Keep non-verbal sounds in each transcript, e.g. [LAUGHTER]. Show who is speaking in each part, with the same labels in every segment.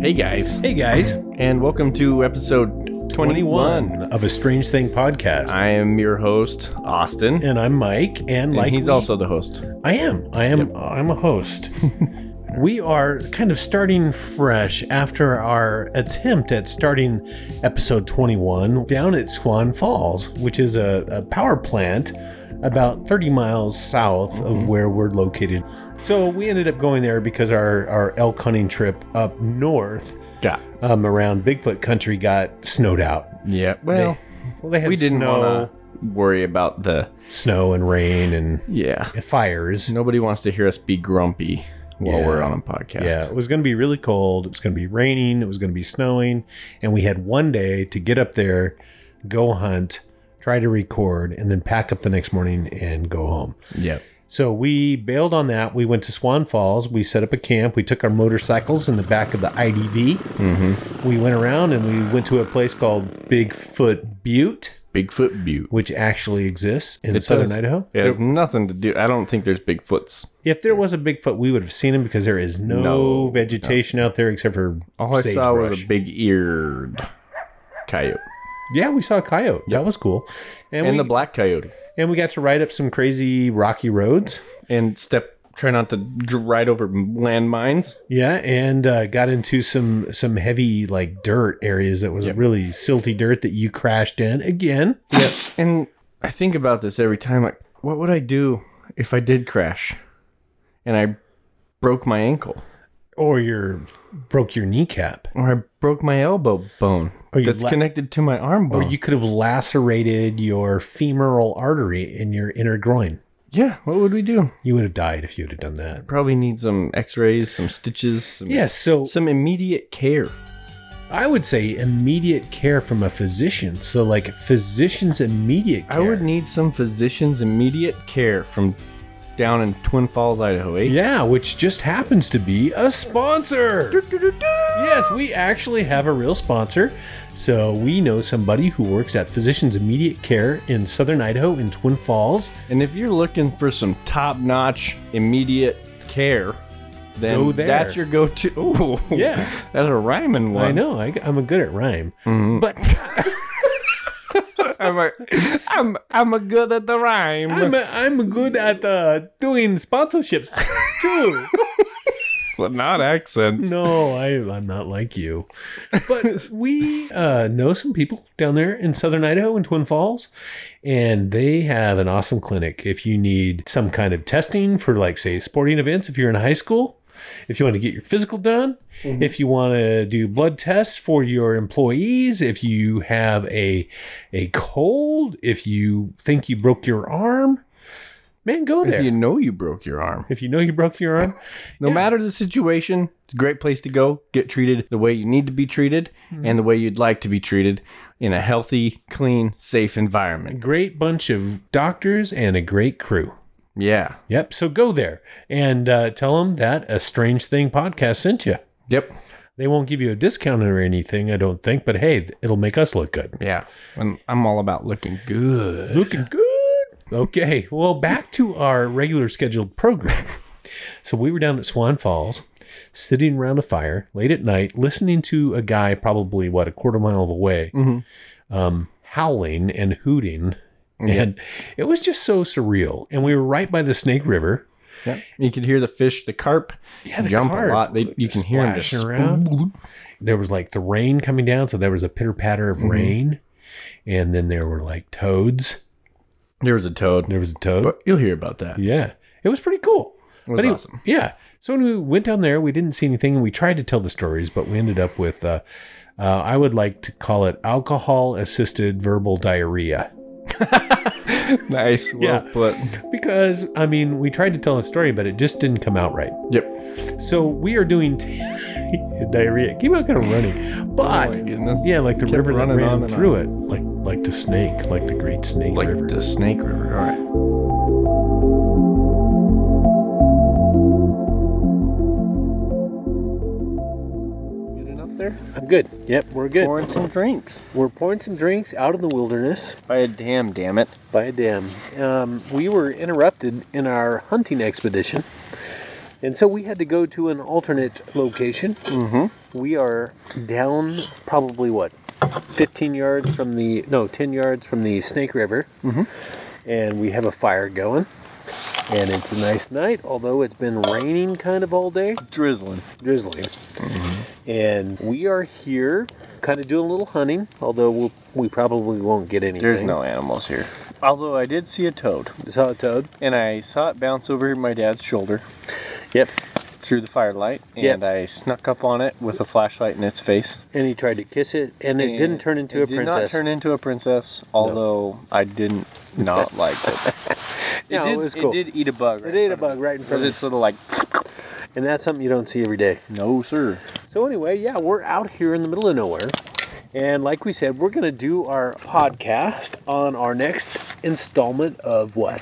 Speaker 1: Hey guys,
Speaker 2: Hey guys,
Speaker 1: and welcome to episode 21.
Speaker 2: of a Strange Thing podcast.
Speaker 1: I am your host, Austin.
Speaker 2: and I'm Mike, and like
Speaker 1: and he's
Speaker 2: we-
Speaker 1: also the host.
Speaker 2: I am. I am. uh, I'm
Speaker 1: [LAUGHS]
Speaker 2: a host. we are kind of starting fresh after our attempt at starting episode 21 down at Swan Falls, which is a, a power plant about 30 miles south
Speaker 1: Mm-hmm.
Speaker 2: of where we're located. So we ended up going there because our, our elk hunting trip up north
Speaker 1: Yeah.
Speaker 2: um, around Bigfoot country got snowed out.
Speaker 1: Yeah. Well,
Speaker 2: Well, they had
Speaker 1: we didn't
Speaker 2: snow,
Speaker 1: want to worry about the.
Speaker 2: snow and rain and
Speaker 1: Yeah.
Speaker 2: fires.
Speaker 1: Nobody wants to hear us be grumpy while
Speaker 2: Yeah.
Speaker 1: we're on a podcast.
Speaker 2: Yeah, it was going to be really cold. It was going to be raining. It was going to be snowing. And we had one day to get up there, go hunt, try to record, and then pack up the next morning and go home.
Speaker 1: Yep.
Speaker 2: So we bailed on that. We went to Swan Falls. We set up a camp. We took our motorcycles in the back of the IDV. Mm-hmm. We went around and we went to a place called Bigfoot Butte,
Speaker 1: Bigfoot Butte.
Speaker 2: which actually exists in
Speaker 1: It
Speaker 2: southern
Speaker 1: does.
Speaker 2: Idaho.
Speaker 1: It has nothing to do. I don't think there's Bigfoots.
Speaker 2: If there was a Bigfoot, we would have seen him because there is no,
Speaker 1: No,
Speaker 2: vegetation out there except for
Speaker 1: All I saw was
Speaker 2: sagebrush.
Speaker 1: a big eared coyote
Speaker 2: Yeah, we saw a coyote. That was cool. And,
Speaker 1: and
Speaker 2: we,
Speaker 1: the black coyote.
Speaker 2: and we got to ride up some crazy rocky roads.
Speaker 1: And step, try not to dr- ride over landmines.
Speaker 2: Yeah, and uh, got into some some heavy like dirt areas that was really silty dirt that you crashed in again.
Speaker 1: Yep. And I think about this every time. Like, what would I do if I did crash and I broke my ankle
Speaker 2: Or you broke your kneecap.
Speaker 1: or I broke my elbow bone
Speaker 2: Or Oh, you
Speaker 1: that's
Speaker 2: la-
Speaker 1: connected to my arm
Speaker 2: Or
Speaker 1: bone?
Speaker 2: you could have lacerated your femoral artery in your inner groin.
Speaker 1: yeah. What would we do?
Speaker 2: You would have died if you would have done that.
Speaker 1: Probably need some x rays, some stitches, some,
Speaker 2: Yeah, so
Speaker 1: some immediate care.
Speaker 2: I would say immediate care from a physician. So like physician's immediate care.
Speaker 1: I would need some physician's immediate care from down in Twin Falls, Idaho. Eh?
Speaker 2: Yeah, which just happens to be a sponsor. Yes, we actually have a real sponsor. So we know somebody who works at Physicians Immediate Care in Southern Idaho in Twin Falls.
Speaker 1: And if you're looking for some top notch immediate care, then
Speaker 2: Go there.
Speaker 1: that's your go to. Ooh,
Speaker 2: Yeah.
Speaker 1: [LAUGHS] that's a rhyming one.
Speaker 2: I know, I, am a good at rhyme.
Speaker 1: mm-hmm.
Speaker 2: But [LAUGHS]
Speaker 1: I'm, a, I'm, I'm a good at the rhyme.
Speaker 2: I'm, I'm good at uh, doing sponsorship [LAUGHS] too.
Speaker 1: but not accents.
Speaker 2: [LAUGHS] no, I, I'm not like you. But
Speaker 1: [LAUGHS]
Speaker 2: we uh, know some people down there in southern Idaho in Twin Falls, and they have an awesome clinic. If you need some kind of testing for, like, say, sporting events, if you're in high school, if you want to get your physical done,
Speaker 1: Mm-hmm.
Speaker 2: if you want to do blood tests for your employees, if you have a a cold, if you think you broke your arm, man, go there.
Speaker 1: If you know you broke your arm,
Speaker 2: if you know you broke your arm,
Speaker 1: no matter the situation, it's a great place to go. Get treated the way you need to be treated
Speaker 2: Hmm.
Speaker 1: and the way you'd like to be treated in a healthy, clean, safe environment.
Speaker 2: great bunch of doctors and a great crew.
Speaker 1: Yeah.
Speaker 2: Yep. So go there and uh, tell them that a strange thing podcast sent you.
Speaker 1: Yep.
Speaker 2: They won't give you a discount or anything, I don't think. But hey, it'll make us look good.
Speaker 1: Yeah. And I'm all about looking good.
Speaker 2: Looking good. Okay. Well, back to our regular scheduled program. so we were down at Swan Falls, sitting around a fire late at night, listening to a guy probably what a quarter mile away, um, howling and hooting. And it was just so surreal. And we were right by the Snake River.
Speaker 1: Yep. You can hear the fish, the carp
Speaker 2: Yeah, the
Speaker 1: jump
Speaker 2: carp
Speaker 1: a lot. They, you can hear them
Speaker 2: splashing
Speaker 1: just
Speaker 2: around. There was like the rain coming down, so there was a pitter patter of rain, and then there were like toads.
Speaker 1: There was a toad.
Speaker 2: There was a toad.
Speaker 1: But you'll hear about that.
Speaker 2: yeah, it was pretty cool.
Speaker 1: It was
Speaker 2: But anyway,
Speaker 1: awesome. [LAUGHS]
Speaker 2: Yeah. So when we went down there, we didn't see anything, and we tried to tell the stories, but we ended up with, uh, uh, I would like to call it alcohol assisted verbal diarrhea.
Speaker 1: nice. Well
Speaker 2: Yeah.
Speaker 1: put.
Speaker 2: Because, I mean, we tried to tell a story, but it just didn't come out right.
Speaker 1: Yep.
Speaker 2: So we are doing [LAUGHS] t- diarrhea. Keep on kind of running.
Speaker 1: Oh
Speaker 2: But Yeah, like the
Speaker 1: Kept
Speaker 2: river that
Speaker 1: running on
Speaker 2: ran
Speaker 1: and
Speaker 2: through it, like like the snake, like the Great Snake
Speaker 1: like
Speaker 2: River.
Speaker 1: the Snake River. All right. up there
Speaker 2: I'm good. Yep, we're good.
Speaker 1: pouring some drinks
Speaker 2: We're pouring some drinks out in the wilderness
Speaker 1: by a dam damn it
Speaker 2: by a dam. Um, we were interrupted in our hunting expedition And so we had to go to an alternate location. Mm-hmm. We are down probably what, 15 yards from the, no, 10 yards from the Snake River. Mm-hmm. And we have a fire going. And it's a nice night, although it's been raining kind of all day,
Speaker 3: Drizzling.
Speaker 2: drizzling. And we are here kind of doing a little hunting, although we'll, we probably won't get anything.
Speaker 3: There's no animals here. Although I did see a toad,
Speaker 2: Saw a toad.
Speaker 3: and I saw it bounce over my dad's shoulder
Speaker 2: Yep.
Speaker 3: through the firelight,
Speaker 2: Yep.
Speaker 3: and I snuck up on it with a flashlight in its face.
Speaker 2: And he tried to kiss it, and it didn't turn into
Speaker 3: it
Speaker 2: a
Speaker 3: Did
Speaker 2: princess.
Speaker 3: not turn into a princess, although I didn't [LAUGHS] not like it. it,
Speaker 2: No, it
Speaker 3: did,
Speaker 2: was cool.
Speaker 3: did eat a bug. Right
Speaker 2: it ate
Speaker 3: in
Speaker 2: a
Speaker 3: front
Speaker 2: bug right in
Speaker 3: of me.
Speaker 2: front of
Speaker 3: It's sort of like,
Speaker 2: it. And that's something you don't see every day.
Speaker 3: no, sir.
Speaker 2: So anyway, yeah, we're out here in the middle of nowhere. And like we said, we're going to do our podcast on our next installment of what?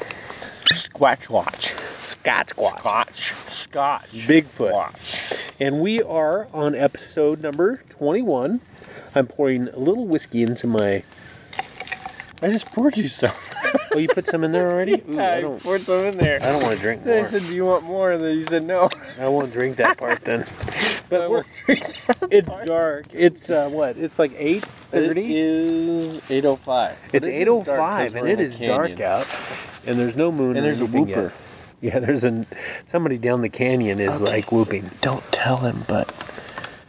Speaker 3: Squatch watch.
Speaker 2: Scotch Squatch.
Speaker 3: Scotch. Scotch.
Speaker 2: Bigfoot.
Speaker 3: Watch.
Speaker 2: And we are on episode number 21. I'm pouring a little whiskey into my...
Speaker 3: I just poured you some.
Speaker 2: Oh, you put some in there [LAUGHS] already? Ooh, I
Speaker 3: I
Speaker 2: don't...
Speaker 3: poured some in there.
Speaker 2: I don't want to [LAUGHS] drink
Speaker 3: I
Speaker 2: more.
Speaker 3: said, do you want more? And then you said, no.
Speaker 2: I won't drink that part then. But
Speaker 3: [LAUGHS] I
Speaker 2: we're,
Speaker 3: won't drink
Speaker 2: [LAUGHS] it's dark. It's uh, what? It's like eight
Speaker 3: It
Speaker 2: thirty.
Speaker 3: is 8.05.
Speaker 2: It's
Speaker 3: But it is
Speaker 2: eight
Speaker 3: dark
Speaker 2: oh
Speaker 3: 'cause
Speaker 2: five, and
Speaker 3: we're in
Speaker 2: it
Speaker 3: a
Speaker 2: is dark
Speaker 3: canyon.
Speaker 2: out, and there's no moon.
Speaker 3: And
Speaker 2: or
Speaker 3: there's a
Speaker 2: anything
Speaker 3: whooper.
Speaker 2: Yet. [LAUGHS] Yeah, there's an somebody down the canyon is like whooping.
Speaker 3: Don't tell him, but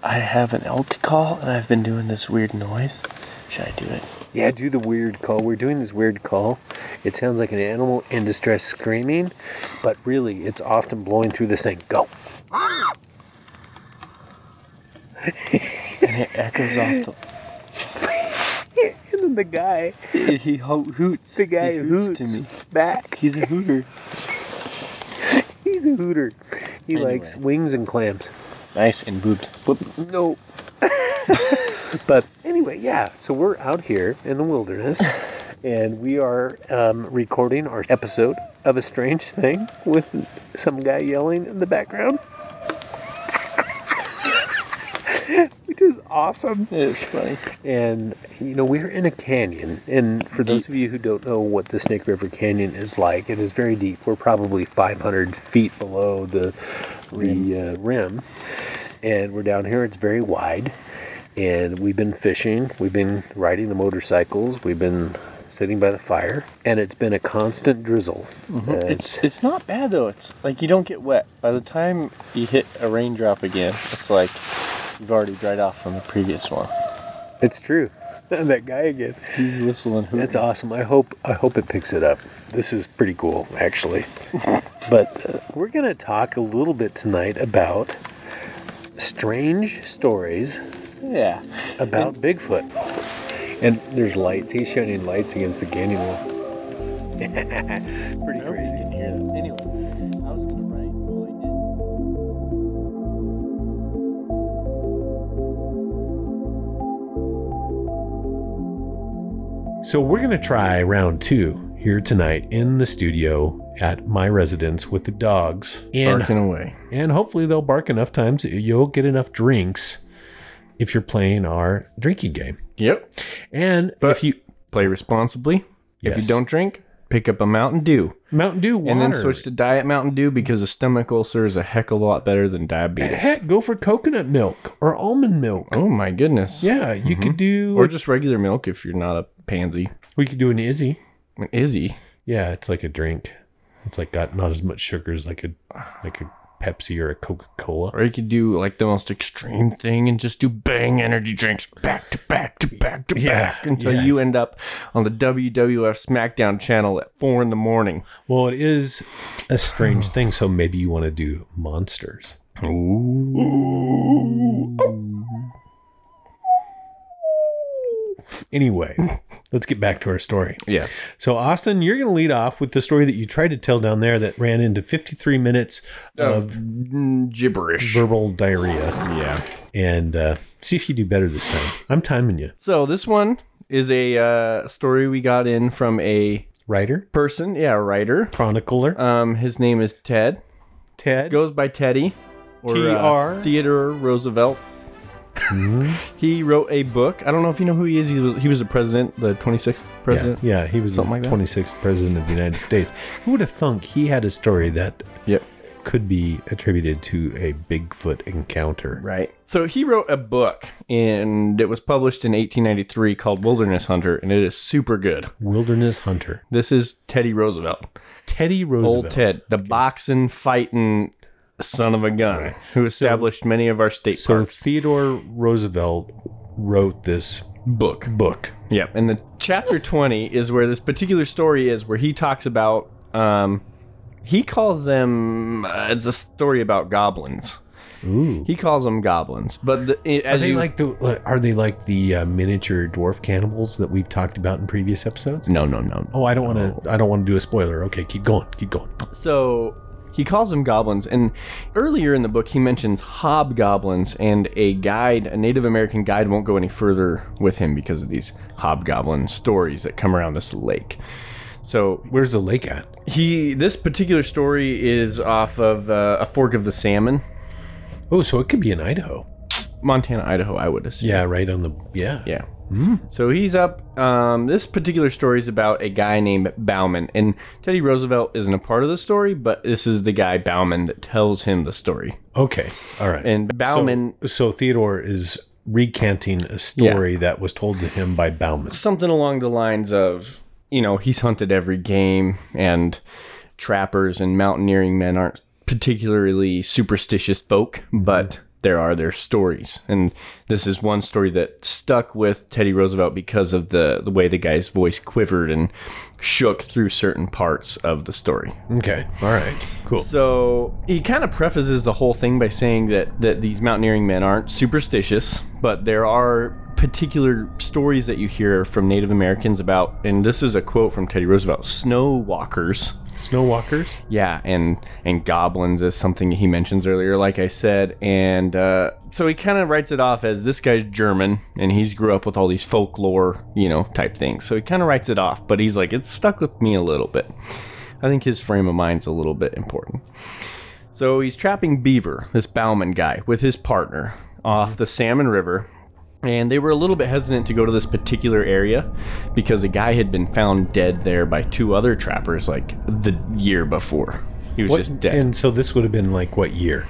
Speaker 3: I have an elk call, and I've been doing this weird noise. Should I do it?
Speaker 2: Yeah, do the weird call. We're doing this weird call. It sounds like an animal in distress screaming, but really, it's Austin blowing through this thing. Go.
Speaker 3: It echoes off
Speaker 2: and then the guy,
Speaker 3: the. [LAUGHS] He ho- hoots.
Speaker 2: the guy
Speaker 3: He
Speaker 2: hoots,
Speaker 3: to me.
Speaker 2: back.
Speaker 3: He's a hooter.
Speaker 2: He's a hooter. He
Speaker 3: Anyway.
Speaker 2: likes wings and clams.
Speaker 3: Nice and boobed. Whoop.
Speaker 2: No. [LAUGHS] but anyway, yeah. So we're out here in the wilderness, and we are um, recording our episode of a strange thing with some guy yelling in the background, which is awesome.
Speaker 3: It's funny.
Speaker 2: And you know we're in a canyon, and for those of you who don't know what the Snake River Canyon is like, it is very deep. We're probably 500 feet below the the uh, rim, and we're down here. It's very wide, and we've been fishing. We've been riding the motorcycles. We've been sitting by the fire, and it's been a constant drizzle. Uh,
Speaker 3: It's it's not bad though. It's like you don't get wet. By the time you hit a raindrop again, it's like you've already dried off from the previous one.
Speaker 2: it's true. [LAUGHS] that guy again.
Speaker 3: He's whistling. Hooting.
Speaker 2: That's awesome. I hope I hope it picks it up. This is pretty cool, [LAUGHS] actually. but uh, we're gonna talk a little bit tonight about strange stories
Speaker 3: Yeah.
Speaker 2: about Bigfoot. And there's lights. He's shining lights against the canyon wall. [LAUGHS] pretty
Speaker 3: Nobody
Speaker 2: crazy.
Speaker 3: can hear them. Anyway, I was gonna write. Well,
Speaker 2: So we're going to try round two here tonight in the studio at my residence with the dogs. And,
Speaker 1: Barking away.
Speaker 2: and hopefully they'll bark enough times that you'll get enough drinks if you're playing our drinking game.
Speaker 1: Yep.
Speaker 2: And if you
Speaker 1: Play responsibly. If you
Speaker 2: Yes.
Speaker 1: don't drink, pick up a Mountain Dew
Speaker 2: Mountain Dew water
Speaker 1: and then switch to diet Mountain Dew because a stomach ulcer is a heck of a lot better than diabetes.
Speaker 2: heck, go for coconut milk or almond milk.
Speaker 1: Oh my goodness.
Speaker 2: Yeah, you could do
Speaker 1: Mm-hmm. Or just regular milk if you're not a pansy.
Speaker 2: we could do an Izzy.
Speaker 1: An Izzy.
Speaker 2: Yeah, it's like a drink. It's like got not as much sugar as like a like a Pepsi or a Coca Cola.
Speaker 1: Or you could do like the most extreme thing and just do bang energy drinks back to back to back to
Speaker 2: Yeah,
Speaker 1: back until
Speaker 2: yeah.
Speaker 1: you end up on the WWF SmackDown channel at four in the morning.
Speaker 2: Well, it is a strange thing, so maybe you want to do monsters. Anyway, let's get back to our story.
Speaker 1: Yeah.
Speaker 2: So, Austin, you're going to lead off with the story that you tried to tell down there that ran into 53 minutes of
Speaker 1: Mm, gibberish.
Speaker 2: verbal diarrhea,
Speaker 1: Yeah.
Speaker 2: and uh, see if you do better this time. I'm timing you,
Speaker 1: So this one is a uh, story we got in from a
Speaker 2: writer,
Speaker 1: person, yeah, a writer.
Speaker 2: chronicler,
Speaker 1: Um, his name is Ted.
Speaker 2: Ted.
Speaker 1: Goes by Teddy. Or, uh,
Speaker 2: TR.
Speaker 1: Theodore Roosevelt. Hmm? [LAUGHS] he wrote a book. I don't know if you know who he is. He was, he was the president, the 26th
Speaker 2: Yeah,
Speaker 1: president.
Speaker 2: yeah, he was the
Speaker 1: Something like that.
Speaker 2: 26th president of the United States. Who would have thunk he had a story that
Speaker 1: Yep.
Speaker 2: could be attributed to a Bigfoot encounter.
Speaker 1: Right. So he wrote a book and it was published in 1893 called Wilderness Hunter and it is super good.
Speaker 2: Wilderness Hunter.
Speaker 1: This is Teddy Roosevelt.
Speaker 2: Teddy Roosevelt.
Speaker 1: Old Ted, the boxing fighting son of a gun who established many of our state
Speaker 2: So
Speaker 1: parks.
Speaker 2: Theodore Roosevelt wrote this
Speaker 1: Book.
Speaker 2: book.
Speaker 1: Yeah, and the chapter 20 is where this particular story is where he talks about um he calls them uh, it's a story about goblins.
Speaker 2: Ooh.
Speaker 1: He calls them goblins, but the, i-
Speaker 2: Are
Speaker 1: as
Speaker 2: they
Speaker 1: you
Speaker 2: like the are they like the uh, miniature dwarf cannibals that we've talked about in previous episodes?
Speaker 1: No, no, no.
Speaker 2: Oh, I don't want to I don't want to do a spoiler. Okay, keep going. Keep going.
Speaker 1: So he calls them goblins, and earlier in the book he mentions hobgoblins, and a guide, a Native American guide, won't go any further with him because of these hobgoblin stories that come around this lake. So
Speaker 2: Where's the lake at?
Speaker 1: he, this particular story is off of uh, a fork of the salmon,
Speaker 2: Oh, so it could be in Idaho.
Speaker 1: Montana, Idaho, I would assume.
Speaker 2: Yeah, right on the yeah.
Speaker 1: Yeah. So he's up. Um, this particular story is about a guy named Bauman, and Teddy Roosevelt isn't a part of the story, but this is the guy Bauman that tells him the story.
Speaker 2: Okay. All right.
Speaker 1: And Bauman,
Speaker 2: so, so Theodore is recanting a story that was told to him by Bauman.
Speaker 1: something along the lines of, you know, he's hunted every game, and trappers and mountaineering men aren't particularly superstitious folk, but there are their stories. And this is one story that stuck with Teddy Roosevelt because of the, the way the guy's voice quivered and shook through certain parts of the story.
Speaker 2: Okay. All right. Cool.
Speaker 1: So he kind of prefaces the whole thing by saying that that these mountaineering men aren't superstitious, but there are particular stories that you hear from Native Americans about, and this is a quote from Teddy Roosevelt: "Snow walkers."
Speaker 2: Snowwalkers.
Speaker 1: Yeah, and and goblins is something he mentions earlier, like I said, and uh, so he kind of writes it off as this guy's German and he's grew up with all these folklore, you know, type things. So he kind of writes it off, but he's like, it's stuck with me a little bit. I think his frame of mind's a little bit important. So he's trapping Beaver, this Bauman guy, with his partner off the Salmon River. And they were a little bit hesitant to go to this particular area because a guy had been found dead there by two other trappers like the year before. He was
Speaker 2: What-
Speaker 1: just dead.
Speaker 2: And so this would have been like what year?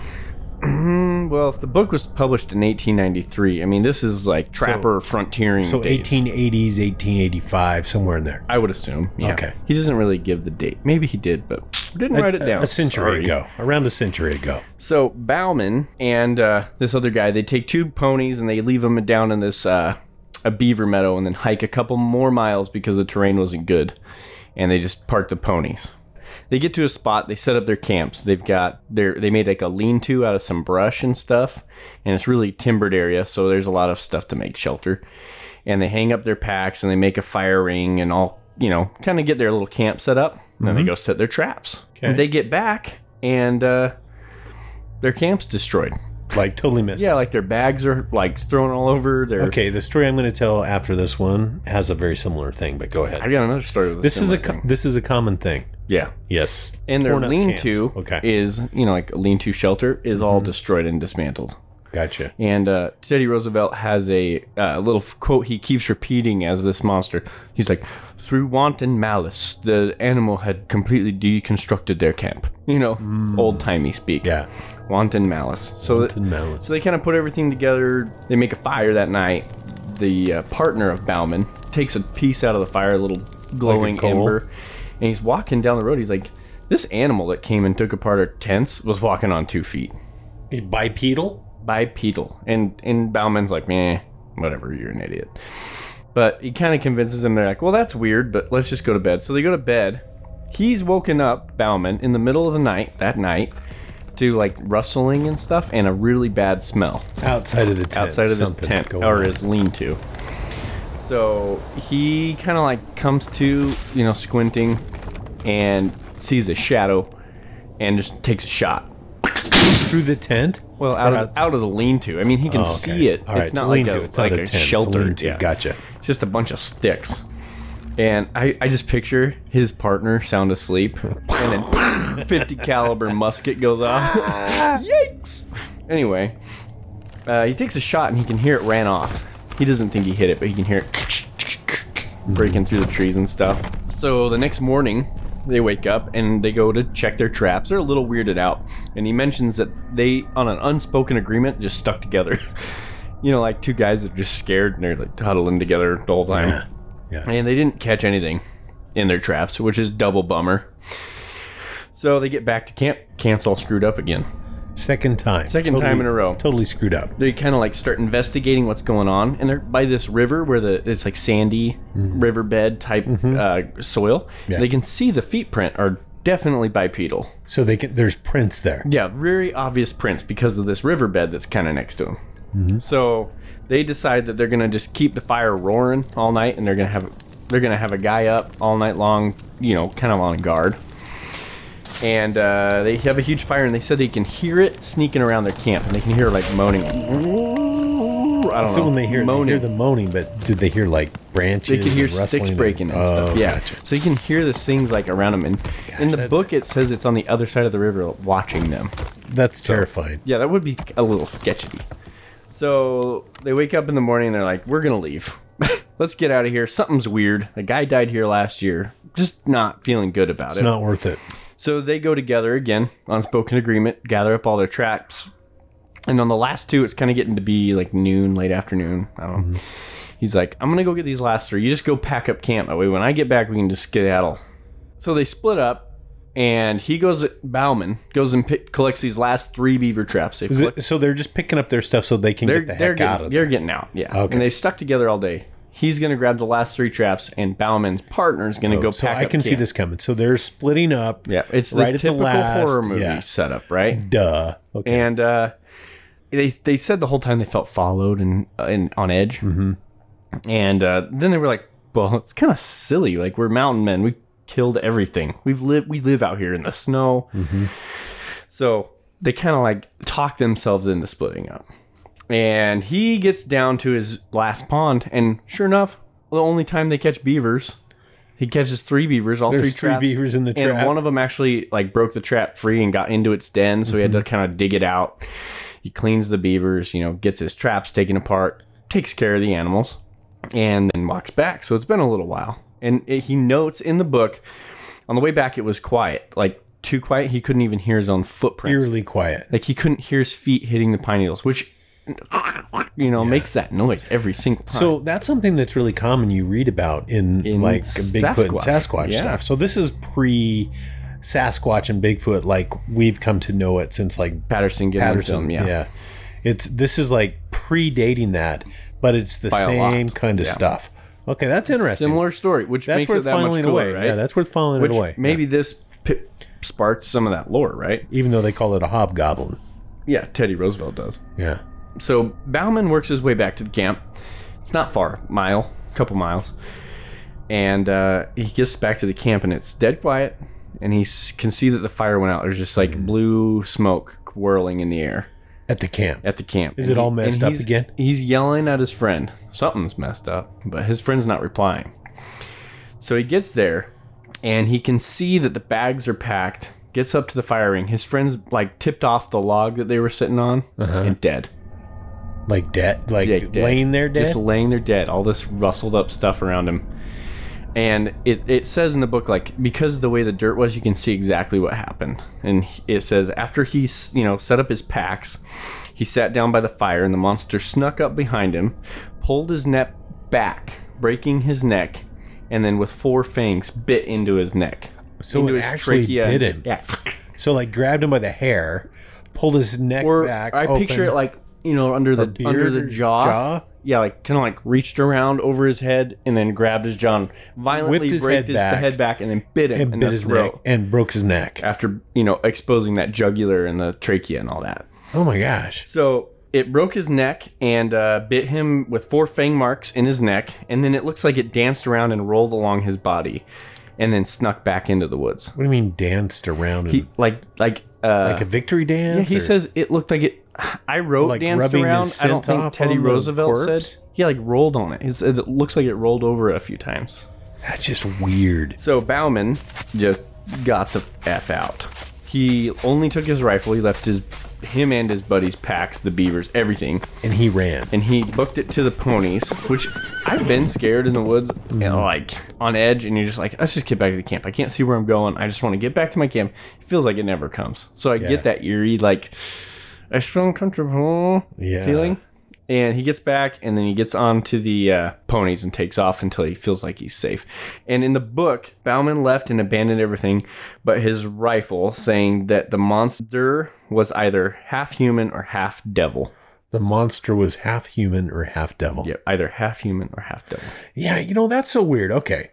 Speaker 1: well, if the book was published in 1893, I mean, this is like trapper frontiering.
Speaker 2: So
Speaker 1: days.
Speaker 2: 1880s, 1885, somewhere in there.
Speaker 1: I would assume. Yeah.
Speaker 2: Okay.
Speaker 1: He doesn't really give the date. Maybe he did, but didn't write it
Speaker 2: A-
Speaker 1: down.
Speaker 2: A century
Speaker 1: Sorry.
Speaker 2: ago. Around a century ago.
Speaker 1: So Bauman and uh, this other guy, they take two ponies and they leave them down in this uh, a beaver meadow and then hike a couple more miles because the terrain wasn't good, and they just park the ponies. They get to a spot. They set up their camps. They've got their they made like a lean-to out of some brush and stuff, and it's really timbered area, so there's a lot of stuff to make shelter. And they hang up their packs and they make a fire ring and all you know, kind of get their little camp set up. And Then they go set their traps.
Speaker 2: Okay.
Speaker 1: They get back and uh, their camp's destroyed.
Speaker 2: Like totally missed.
Speaker 1: Yeah, like their bags are like thrown all over. Their
Speaker 2: Okay, the story I'm going to tell after this one has a very similar thing, but go ahead.
Speaker 1: I got another story. With
Speaker 2: This is a
Speaker 1: similar
Speaker 2: co-
Speaker 1: thing.
Speaker 2: this is a common thing.
Speaker 1: yeah,
Speaker 2: Yes.
Speaker 1: and their
Speaker 2: Torn up
Speaker 1: lean-to
Speaker 2: camps. Okay. Mm-hmm.
Speaker 1: is you know like a lean-to shelter is all destroyed and dismantled.
Speaker 2: Gotcha.
Speaker 1: And uh, Teddy Roosevelt has a uh, little f- quote he keeps repeating as this monster. He's like, "Through want and malice, the animal had completely deconstructed their camp." You know, old timey speak.
Speaker 2: Mm. Yeah.
Speaker 1: want and malice. So that-
Speaker 2: To malice.
Speaker 1: So they kind of put everything together. They make a fire that night. The uh, partner of Bauman takes a piece out of the fire, a little glowing
Speaker 2: coal?
Speaker 1: ember, and he's walking down the road. He's like, "This animal that came and took apart our tents was walking on two feet,
Speaker 2: Bipedal?
Speaker 1: bipedal." And and Bauman's like, "Meh, whatever. You're an idiot." But he kind of convinces them. They're like, "Well, that's weird, but let's just go to bed." So they go to bed. He's woken up, Bauman, in the middle of the night that night, to like rustling and stuff, and a really bad smell
Speaker 2: Outside of the tent.
Speaker 1: outside of his
Speaker 2: something
Speaker 1: tent
Speaker 2: going
Speaker 1: or
Speaker 2: on.
Speaker 1: his lean-to. So he kind of like comes to, you know, squinting, and sees a shadow, and just takes a shot.
Speaker 2: through the tent?
Speaker 1: Well, out of out of the lean-to. I mean, he can
Speaker 2: Oh, okay.
Speaker 1: see it.
Speaker 2: All right,
Speaker 1: it's not like
Speaker 2: lean-to.
Speaker 1: a,
Speaker 2: It's
Speaker 1: like
Speaker 2: not
Speaker 1: a,
Speaker 2: tent. It's
Speaker 1: shelter.
Speaker 2: lean-to.
Speaker 1: Yeah.
Speaker 2: Gotcha.
Speaker 1: It's just a bunch of sticks. And I, I just picture his partner sound asleep, and then [LAUGHS] 50 caliber musket goes off. [LAUGHS] Yikes! Anyway, uh, he takes a shot and he can hear it ran off. He doesn't think he hit it, but he can hear it breaking through the trees and stuff. So the next morning, They wake up and they go to check their traps. They're a little weirded out. And he mentions that they, on an unspoken agreement, just stuck together. [LAUGHS] you know, like two guys that are just scared and they're like huddling together the whole time.
Speaker 2: Yeah.
Speaker 1: And they didn't catch anything in their traps, which is double bummer. So they get back to camp. Camp's all screwed up again.
Speaker 2: Second time.
Speaker 1: Second time in a row.
Speaker 2: Totally screwed up.
Speaker 1: They kind of like start investigating what's going on, and they're by this river where the it's like sandy riverbed type uh, soil. They can see the feet print are definitely bipedal.
Speaker 2: So they can. There's prints there.
Speaker 1: Yeah, very obvious prints because of this riverbed that's kind of next to them.
Speaker 2: Mm-hmm.
Speaker 1: So they decide that they're gonna just keep the fire roaring all night, and they're gonna have they're gonna have a guy up all night long, you know, kind of on guard. And uh, they have a huge fire, and they said they can hear it sneaking around their camp, and they can hear like moaning. I don't
Speaker 2: So
Speaker 1: know.
Speaker 2: when they hear, they
Speaker 1: moaning,
Speaker 2: hear the moaning, but did they hear like branches?
Speaker 1: they can hear
Speaker 2: and rustling
Speaker 1: sticks breaking and
Speaker 2: Oh,
Speaker 1: stuff. Yeah,
Speaker 2: gotcha.
Speaker 1: so you can hear the things like around them. And in the
Speaker 2: that-
Speaker 1: book, it says it's on the other side of the river, watching them.
Speaker 2: That's terrifying.
Speaker 1: Yeah, that would be a little sketchy. So they wake up in the morning and they're like, we're going to leave. [LAUGHS] Let's get out of here. Something's weird. A guy died here last year. Just not feeling good about
Speaker 2: It's
Speaker 1: it.
Speaker 2: not worth it.
Speaker 1: So they go together again, unspoken agreement, gather up all their traps. And on the last two, it's kind of getting to be like noon, late afternoon. I don't know. He's like, I'm going to go get these last three. You just go pack up camp. That way, when I get back, we can just skedaddle. So they split up. And he goes, Bauman goes and pick, collects these last three beaver traps. They
Speaker 2: Is it- So they're just picking up their stuff so they can
Speaker 1: they're
Speaker 2: get the
Speaker 1: they're
Speaker 2: heck
Speaker 1: getting,
Speaker 2: out of
Speaker 1: they're
Speaker 2: there.
Speaker 1: getting out. Yeah.
Speaker 2: Okay.
Speaker 1: And they stuck together all day. He's gonna grab the last three traps, and Bauman's partner is gonna go.
Speaker 2: Oh, So
Speaker 1: pack
Speaker 2: I
Speaker 1: up
Speaker 2: can see
Speaker 1: camp.
Speaker 2: this coming. So they're splitting up.
Speaker 1: Yeah, it's the
Speaker 2: right at the
Speaker 1: typical
Speaker 2: last,
Speaker 1: horror movie
Speaker 2: yeah.
Speaker 1: setup, right?
Speaker 2: Duh. Okay.
Speaker 1: And uh, they they said the whole time they felt followed and uh, and on edge. Mm-hmm. And uh, then they were like, "Well, it's kind of silly. Like we're mountain men. We've killed everything. We've lived. We live out here in the snow."
Speaker 2: Mm-hmm.
Speaker 1: So they kind of like talk themselves into splitting up. And he gets down to his last pond, and sure enough, the only time they catch beavers, he catches three beavers, all
Speaker 2: There's
Speaker 1: three
Speaker 2: three
Speaker 1: traps,
Speaker 2: beavers in the trap.
Speaker 1: and one of them actually like broke the trap free and got into its den, so he had to
Speaker 2: Mm-hmm.
Speaker 1: kind of dig it out. He cleans the beavers, you know, gets his traps taken apart, takes care of the animals, and then walks back. So it's been a little while, and it, he notes in the book on the way back it was quiet, like too quiet. He couldn't even hear his own footprints.
Speaker 2: Eerily quiet.
Speaker 1: Like he couldn't hear his feet hitting the pine needles, which you know makes that noise every single time.
Speaker 2: So that's something that's really common you read about in,
Speaker 1: In
Speaker 2: like Bigfoot and
Speaker 1: Sasquatch.
Speaker 2: Sasquatch
Speaker 1: Yeah.
Speaker 2: stuff. So this is pre Sasquatch and Bigfoot, like we've come to know it since like
Speaker 1: Patterson Gilliam film,
Speaker 2: Patterson.
Speaker 1: yeah.
Speaker 2: It's this is like predating that, but it's the
Speaker 1: a lot.
Speaker 2: same kind of
Speaker 1: Yeah.
Speaker 2: stuff. Okay, that's interesting.
Speaker 1: Similar story, which
Speaker 2: that's
Speaker 1: makes
Speaker 2: worth
Speaker 1: it that much
Speaker 2: filing
Speaker 1: cooler,
Speaker 2: away.
Speaker 1: right?
Speaker 2: Yeah, that's worth filing
Speaker 1: which
Speaker 2: it away.
Speaker 1: maybe this p- sparks some of that lore, right?
Speaker 2: Yeah. even though they call it a hobgoblin.
Speaker 1: Yeah, Teddy Roosevelt does.
Speaker 2: Yeah.
Speaker 1: So Bauman works his way back to the camp. It's not far, mile, couple miles, and uh, he gets back to the camp and it's dead quiet. And he s- can see that the fire went out. There's just
Speaker 2: Mm-hmm.
Speaker 1: like blue smoke whirling in the air.
Speaker 2: At the camp.
Speaker 1: at the camp.
Speaker 2: Is it all messed
Speaker 1: and
Speaker 2: up
Speaker 1: he's-
Speaker 2: again?
Speaker 1: He's yelling at his friend. Something's messed up, but his friend's not replying. So he gets there and he can see that the bags are packed, gets up to the fire ring. His friend's like tipped off the log that they were sitting on and dead.
Speaker 2: Like dead like
Speaker 1: Yeah, dead.
Speaker 2: laying there dead.
Speaker 1: Just laying there dead. All this rustled up stuff around him. And it, it says in the book, like, because of the way the dirt was, you can see exactly what happened. And he- it says, after he, s- you know, set up his packs, he sat down by the fire and the monster snuck up behind him, pulled his neck back, breaking his neck, and then with four fangs bit into his neck.
Speaker 2: so
Speaker 1: into
Speaker 2: it actually
Speaker 1: and-
Speaker 2: bit him.
Speaker 1: Yeah.
Speaker 2: So like grabbed him by the hair, pulled his neck
Speaker 1: Or
Speaker 2: back.
Speaker 1: I picture it
Speaker 2: opened
Speaker 1: like, you know, under the,
Speaker 2: beard
Speaker 1: under
Speaker 2: or
Speaker 1: the yeah, like kind of like reached around over his head and then grabbed his jaw, and violently
Speaker 2: Whipped his
Speaker 1: raked
Speaker 2: head
Speaker 1: his
Speaker 2: back
Speaker 1: head back, and then bit him
Speaker 2: and
Speaker 1: in
Speaker 2: bit
Speaker 1: the
Speaker 2: his
Speaker 1: throat
Speaker 2: neck and broke his neck.
Speaker 1: after you know exposing that jugular and the trachea and all that.
Speaker 2: Oh my gosh.
Speaker 1: So it broke his neck and uh, bit him with four fang marks in his neck, and then it looks like it danced around and rolled along his body, and then snuck back into the woods.
Speaker 2: What do you mean danced around him?
Speaker 1: He like like uh,
Speaker 2: like a victory dance?
Speaker 1: Yeah, he
Speaker 2: or-
Speaker 1: says it looked like it. I wrote
Speaker 2: Like
Speaker 1: danced
Speaker 2: rubbing
Speaker 1: around.
Speaker 2: his
Speaker 1: I don't
Speaker 2: scent
Speaker 1: think
Speaker 2: off
Speaker 1: Teddy
Speaker 2: on the
Speaker 1: Roosevelt said.
Speaker 2: corpse?
Speaker 1: Yeah, like rolled on it. He said it looks like it rolled over a few times.
Speaker 2: that's just weird.
Speaker 1: So Bauman just got the f out. He only took his rifle. He left his him and his buddies packs, the beavers, everything,
Speaker 2: And he ran.
Speaker 1: and he booked it to the ponies, which I've been scared in the woods
Speaker 2: Mm-hmm.
Speaker 1: and like on edge, and you're just like, let's just get back to the camp. I can't see where I'm going. I just want to get back to my camp. It feels like it never comes. So I
Speaker 2: Yeah.
Speaker 1: get that eerie, like, I just feel uncomfortable
Speaker 2: Yeah.
Speaker 1: feeling. And he gets back, and then he gets onto the uh, ponies and takes off until he feels like he's safe. And in the book, Bauman left and abandoned everything but his rifle, saying that the monster was either half human or half devil.
Speaker 2: The monster was half human or half devil.
Speaker 1: Yeah, either half human or half devil.
Speaker 2: Yeah, you know, that's so weird. Okay.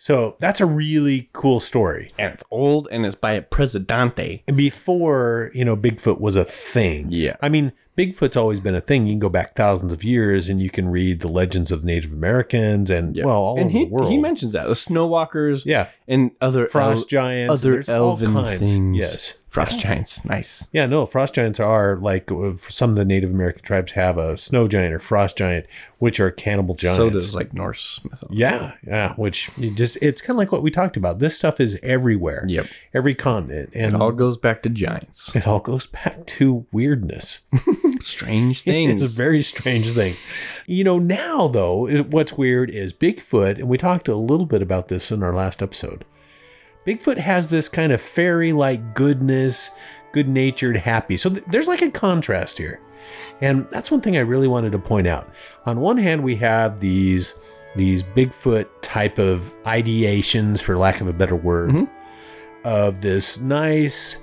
Speaker 2: So that's a really cool story.
Speaker 1: and it's old and it's by a presidente.
Speaker 2: And before, you know, Bigfoot was a thing.
Speaker 1: Yeah.
Speaker 2: I mean, Bigfoot's always been a thing. You can go back thousands of years and you can read the legends of Native Americans and, well, all
Speaker 1: and
Speaker 2: over
Speaker 1: he,
Speaker 2: the world.
Speaker 1: he mentions that the snowwalkers,
Speaker 2: yeah.
Speaker 1: and other
Speaker 2: Frost
Speaker 1: el-
Speaker 2: giants.
Speaker 1: other
Speaker 2: there's all
Speaker 1: elven
Speaker 2: kinds.
Speaker 1: things.
Speaker 2: Yes.
Speaker 1: frost giants, nice.
Speaker 2: Yeah, no, frost giants are like uh, some of the Native American tribes have a snow giant or frost giant, which are cannibal giants.
Speaker 1: So does like Norse mythology.
Speaker 2: Yeah, yeah, which you just it's kind of like what we talked about. This stuff is everywhere.
Speaker 1: Yep.
Speaker 2: Every continent and
Speaker 1: It all goes back to giants.
Speaker 2: it all goes back to weirdness.
Speaker 1: [LAUGHS] Strange things.
Speaker 2: [LAUGHS] It's very strange thing. You know, now though, it- what's weird is Bigfoot, and we talked a little bit about this in our last episode. Bigfoot has this kind of fairy like goodness, good natured, happy. So th- there's like a contrast here. And that's one thing I really wanted to point out. On one hand, we have these these Bigfoot type of ideations, for lack of a better word,
Speaker 1: Mhm.
Speaker 2: of this nice,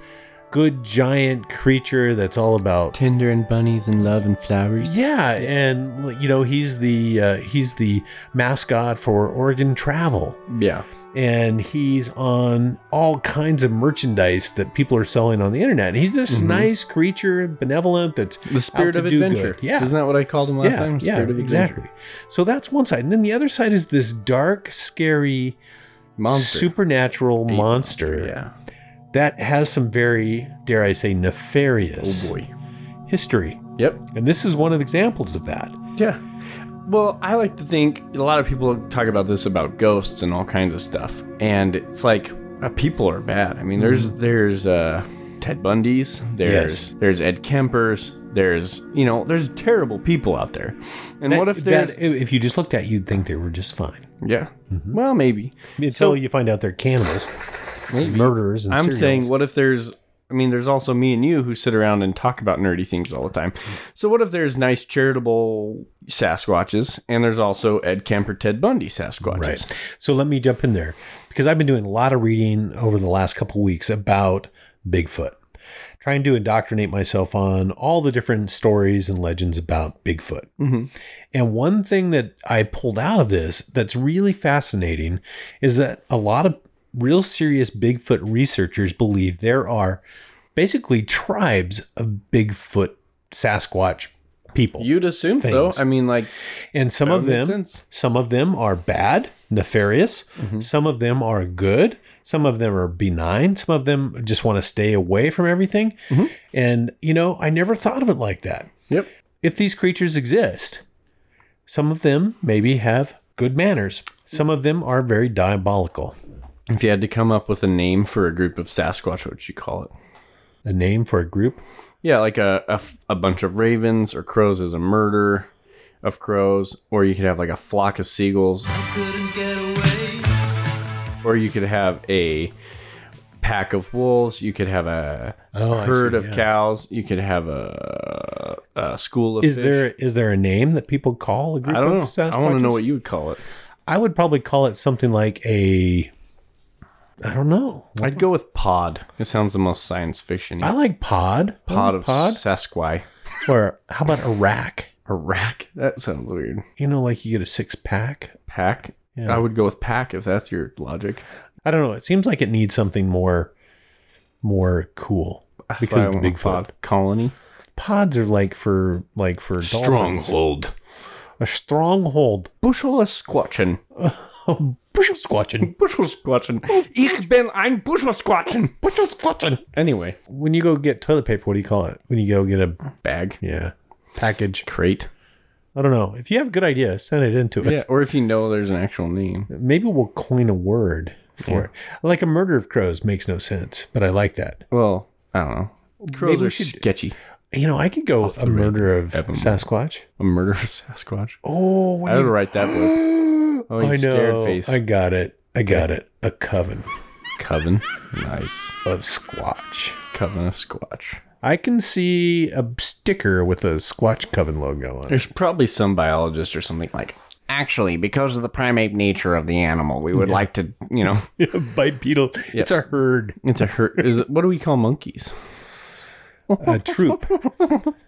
Speaker 2: good giant creature that's all about
Speaker 1: Tinder and bunnies and love and flowers.
Speaker 2: yeah, and you know he's the uh, he's the mascot for Oregon Travel,
Speaker 1: Yeah.
Speaker 2: and he's on all kinds of merchandise that people are selling on the internet. And he's this
Speaker 1: Mhm.
Speaker 2: nice creature, benevolent. That's
Speaker 1: The spirit
Speaker 2: to
Speaker 1: of
Speaker 2: do
Speaker 1: adventure.
Speaker 2: good. Yeah.
Speaker 1: Isn't that what I called him last
Speaker 2: yeah,
Speaker 1: time?
Speaker 2: yeah,
Speaker 1: Spirit of
Speaker 2: exactly.
Speaker 1: adventure.
Speaker 2: So that's one side, and then the other side is this dark, scary,
Speaker 1: Monster.
Speaker 2: supernatural
Speaker 1: Ape
Speaker 2: monster
Speaker 1: Yeah.
Speaker 2: that has some very, dare I say, nefarious
Speaker 1: Oh boy.
Speaker 2: history.
Speaker 1: Yep.
Speaker 2: And this is one of examples of that.
Speaker 1: Yeah. Well, I like to think a lot of people talk about this about ghosts and all kinds of stuff, and it's like uh, people are bad. I mean, there's
Speaker 2: Mm-hmm.
Speaker 1: there's uh, Ted Bundy's, there's there's Ed Kemper's, there's you know there's terrible people out there, and what if there's
Speaker 2: that, if you just looked at, it, you'd think they were just fine.
Speaker 1: yeah,
Speaker 2: Mm-hmm.
Speaker 1: well maybe
Speaker 2: Until you find out they're cannibals,
Speaker 1: maybe
Speaker 2: murderers, and
Speaker 1: I'm
Speaker 2: serial-
Speaker 1: saying, what if there's? I mean, there's also me and you who sit around and talk about nerdy things all the time. So what if there's nice charitable Sasquatches, and there's also Ed Kemper, Ted Bundy Sasquatches?
Speaker 2: right. So let me jump in there because I've been doing a lot of reading over the last couple weeks about Bigfoot, trying to indoctrinate myself on all the different stories and legends about Bigfoot.
Speaker 1: Mhm.
Speaker 2: And one thing that I pulled out of this that's really fascinating is that a lot of real serious Bigfoot researchers believe there are basically tribes of Bigfoot Sasquatch people.
Speaker 1: You'd assume
Speaker 2: things.
Speaker 1: so. I mean, like
Speaker 2: and some of
Speaker 1: that makes
Speaker 2: them
Speaker 1: sense. Mm-hmm.
Speaker 2: some of them are bad, nefarious, some of them are good, some of them are benign, some of them just want to stay away from everything. And you know, I never thought of it like that
Speaker 1: Mm-hmm. Yep.
Speaker 2: if these creatures exist, some of them maybe have good manners. Some of them are very diabolical.
Speaker 1: If you had to come up with a name for a group of Sasquatch, what would you call it?
Speaker 2: A name for a group?
Speaker 1: Yeah, like a, a f- a bunch of ravens or crows is a murder of crows, or you could have like a flock of seagulls. Or you could have a pack of wolves. You could have a
Speaker 2: Oh, I
Speaker 1: herd
Speaker 2: see,
Speaker 1: of
Speaker 2: yeah.
Speaker 1: cows. You could have a, a school of
Speaker 2: Is
Speaker 1: fish.
Speaker 2: there is there a name that people call a group
Speaker 1: I don't
Speaker 2: of
Speaker 1: know.
Speaker 2: Sasquatches?
Speaker 1: I want to know what you would call it.
Speaker 2: I would probably call it something like a I don't know.
Speaker 1: I'd go with pod. It sounds the most science fiction.
Speaker 2: I like pod.
Speaker 1: Pod of
Speaker 2: pod.
Speaker 1: Sasquai.
Speaker 2: Or how about a rack?
Speaker 1: A rack? [LAUGHS] That sounds weird.
Speaker 2: You know, like you get a six pack.
Speaker 1: Pack?
Speaker 2: Yeah.
Speaker 1: I would go with pack if that's your logic.
Speaker 2: I don't know. It seems like it needs something more more cool. Because of the Bigfoot.
Speaker 1: pod colony.
Speaker 2: Pods are like for like for dolphins. A stronghold.
Speaker 1: Bushel squatchen.
Speaker 2: Bushel [LAUGHS]
Speaker 1: [LAUGHS]
Speaker 2: squatching.
Speaker 1: Bushel squatchen.
Speaker 2: [LAUGHS]
Speaker 1: Ich bin ein Bushel squatchen.
Speaker 2: Bushel squatching.
Speaker 1: Anyway,
Speaker 2: When you go get toilet paper, what do you call it? When you go get a
Speaker 1: bag,
Speaker 2: yeah package.
Speaker 1: crate.
Speaker 2: I don't know. If you have a good idea, send it in to us.
Speaker 1: Yeah, or if you know there's an actual name.
Speaker 2: Maybe we'll coin a word for
Speaker 1: Yeah.
Speaker 2: it. Like a murder of crows makes no sense, but I like that.
Speaker 1: Well, I don't know. Crows
Speaker 2: Maybe we
Speaker 1: are
Speaker 2: should-
Speaker 1: sketchy.
Speaker 2: You know, I could go
Speaker 1: the
Speaker 2: a
Speaker 1: rip.
Speaker 2: murder of
Speaker 1: Evan.
Speaker 2: Sasquatch.
Speaker 1: A murder of [LAUGHS] Sasquatch.
Speaker 2: Oh,
Speaker 1: I
Speaker 2: what do
Speaker 1: would
Speaker 2: you-
Speaker 1: write that book.
Speaker 2: [GASPS]
Speaker 1: Oh, he's scared face.
Speaker 2: I got it. I got it. A coven
Speaker 1: Coven. Nice.
Speaker 2: of Squatch.
Speaker 1: Coven of Squatch.
Speaker 2: I can see a sticker with a Squatch Coven logo on it.
Speaker 1: There's probably some biologist or something like
Speaker 4: Actually, because of the primate nature of the animal, we would like to, you know,
Speaker 2: [LAUGHS] Bipedal. It's a herd.
Speaker 1: [LAUGHS] it's a herd. Is it, what do we call monkeys?
Speaker 2: A troop.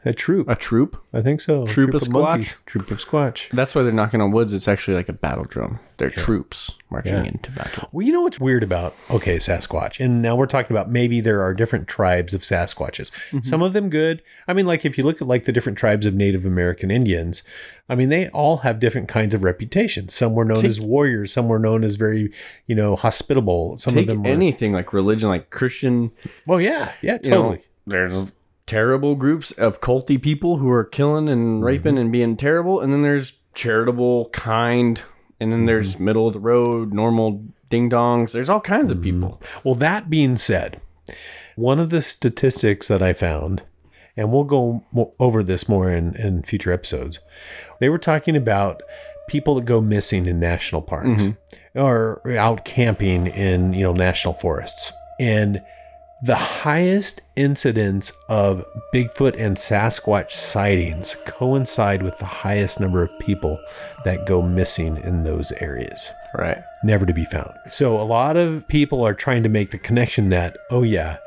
Speaker 2: a troop.
Speaker 1: A
Speaker 2: [LAUGHS]
Speaker 1: troop.
Speaker 2: I think so. A
Speaker 1: Troop of
Speaker 2: monkeys.
Speaker 1: Squatch.
Speaker 2: Troop of Squatch.
Speaker 1: That's why they're knocking on woods. It's actually like a battle drum. They're troops marching into battle.
Speaker 2: Well, you know what's weird about okay Sasquatch, and now we're talking about maybe there are different tribes of Sasquatches.
Speaker 1: Mm-hmm.
Speaker 2: Some of them good. I mean, like if you look at like the different tribes of Native American Indians, I mean they all have different kinds of reputations. Some were known as warriors. Some were known as very you know hospitable. Some of
Speaker 1: Take
Speaker 2: them were.
Speaker 1: anything like religion, like Christian.
Speaker 2: well, yeah, yeah,
Speaker 1: you know,
Speaker 2: totally.
Speaker 1: there's terrible groups of culty people who are killing
Speaker 4: Mm-hmm.
Speaker 1: and raping and being terrible, and then there's charitable, kind, and then
Speaker 4: Mm-hmm.
Speaker 1: there's middle of the road, normal ding dongs. There's all kinds of
Speaker 4: Mm-hmm.
Speaker 1: people.
Speaker 2: Well, that being said, one of the statistics that I found, and we'll go mo- over this more in, in future episodes, they were talking about people that go missing in national parks or out camping in you know national forests, and the highest incidence of Bigfoot and Sasquatch sightings coincide with the highest number of people that go missing in those areas
Speaker 1: Right.
Speaker 2: never to be found. So a lot of people are trying to make the connection that, oh yeah,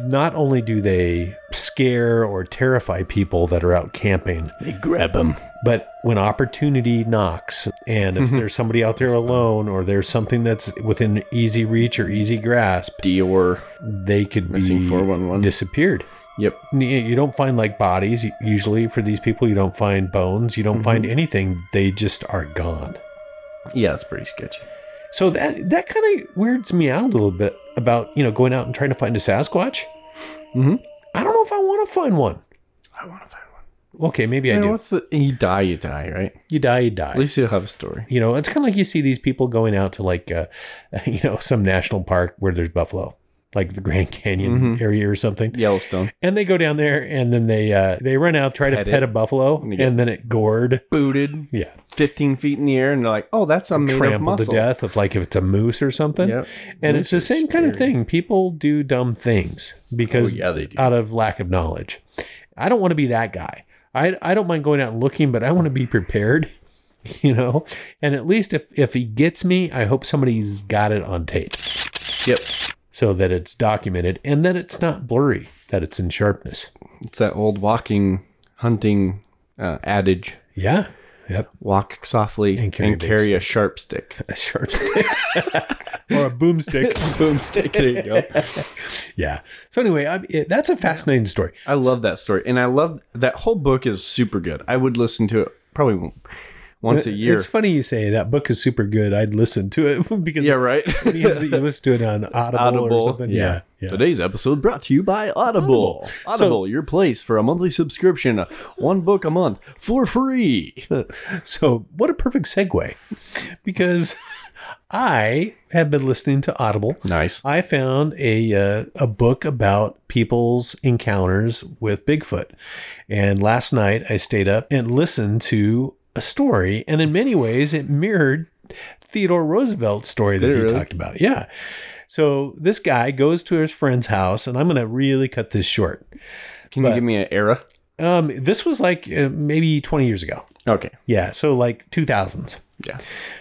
Speaker 2: not only do they scare or terrify people that are out camping,
Speaker 1: They grab them.
Speaker 2: but when opportunity knocks and if there's somebody out there alone or there's something that's within easy reach or easy grasp,
Speaker 1: Dior.
Speaker 2: they could
Speaker 1: Missing
Speaker 2: be
Speaker 1: 411.
Speaker 2: disappeared.
Speaker 1: Yep.
Speaker 2: N- You don't find like bodies usually for these people. You don't find bones. You don't find anything. They just are gone.
Speaker 1: Yeah, it's pretty sketchy.
Speaker 2: So that that kind of weirds me out a little bit about you know going out and trying to find a Sasquatch.
Speaker 1: Mhm.
Speaker 2: I don't know if I want to find one.
Speaker 1: I want to find one.
Speaker 2: Okay, maybe I
Speaker 1: You know,
Speaker 2: do.
Speaker 1: what's the you die, you die, right?
Speaker 2: you die, you
Speaker 1: At
Speaker 2: die.
Speaker 1: least you'll have a story.
Speaker 2: You know, it's kind of like you see these people going out to like uh, [LAUGHS] you know some national park where there's buffalo, like the Grand Canyon area or something.
Speaker 1: Yellowstone.
Speaker 2: And they go down there and then they uh, they run out try to
Speaker 1: Pet it.
Speaker 2: pet, a buffalo
Speaker 1: And
Speaker 2: and,
Speaker 1: they get-
Speaker 2: then it gored.
Speaker 1: Booted
Speaker 2: Yeah,
Speaker 1: 15 feet in the air, and they're like, oh, that's a made of
Speaker 2: trampled to
Speaker 1: muscle.
Speaker 2: death of like if it's a moose or something.
Speaker 1: Yep.
Speaker 2: And
Speaker 1: Moose
Speaker 2: it's the
Speaker 1: are
Speaker 2: same kind of
Speaker 1: scary.
Speaker 2: thing. People do dumb things because
Speaker 1: Oh, yeah, they do.
Speaker 2: out of lack of knowledge. I don't want to be that guy. I, I don't mind going out and looking, but I want to be prepared, [LAUGHS] you know? And at least if, if he gets me, I hope somebody's got it on tape
Speaker 1: Yep.
Speaker 2: so that it's documented and that it's not blurry, that it's in sharpness.
Speaker 1: It's that old walking, hunting uh, adage
Speaker 2: Yeah. Yep. [LAUGHS]
Speaker 1: walk softly and
Speaker 2: And
Speaker 1: carry,
Speaker 2: carry a big
Speaker 1: a sharp stick.
Speaker 2: A sharp stick or a boomstick.
Speaker 1: Boomstick. [LAUGHS] There you go.
Speaker 2: [LAUGHS] Yeah. So anyway, I, it, that's a fascinating story.
Speaker 1: I love that story. And I love that whole book is super good. I would listen to it probably once a year.
Speaker 2: It's funny you say that book is super good. I'd listen to it [LAUGHS] because
Speaker 1: Yeah, right? [LAUGHS]
Speaker 2: it means that you listen to it on Audible, or something.
Speaker 1: Yeah.
Speaker 2: yeah.
Speaker 1: Today's episode brought to you by Audible. Audible, your place for a monthly subscription, [LAUGHS] uh, one book a month for free.
Speaker 2: [LAUGHS] So what a perfect segue, because [LAUGHS] I have been listening to Audible.
Speaker 1: Nice.
Speaker 2: I found a uh, a book about people's encounters with Bigfoot, and last night I stayed up and listened to a story, and in many ways it mirrored Theodore Roosevelt's story that
Speaker 1: Did it
Speaker 2: he
Speaker 1: really?
Speaker 2: talked about. Yeah. So this guy goes to his friend's house, and I'm going to really cut this short.
Speaker 1: Can you give me an era?
Speaker 2: Um, this was like uh, maybe 20 years ago.
Speaker 1: Okay.
Speaker 2: Yeah, so like 2000s.
Speaker 1: Yeah.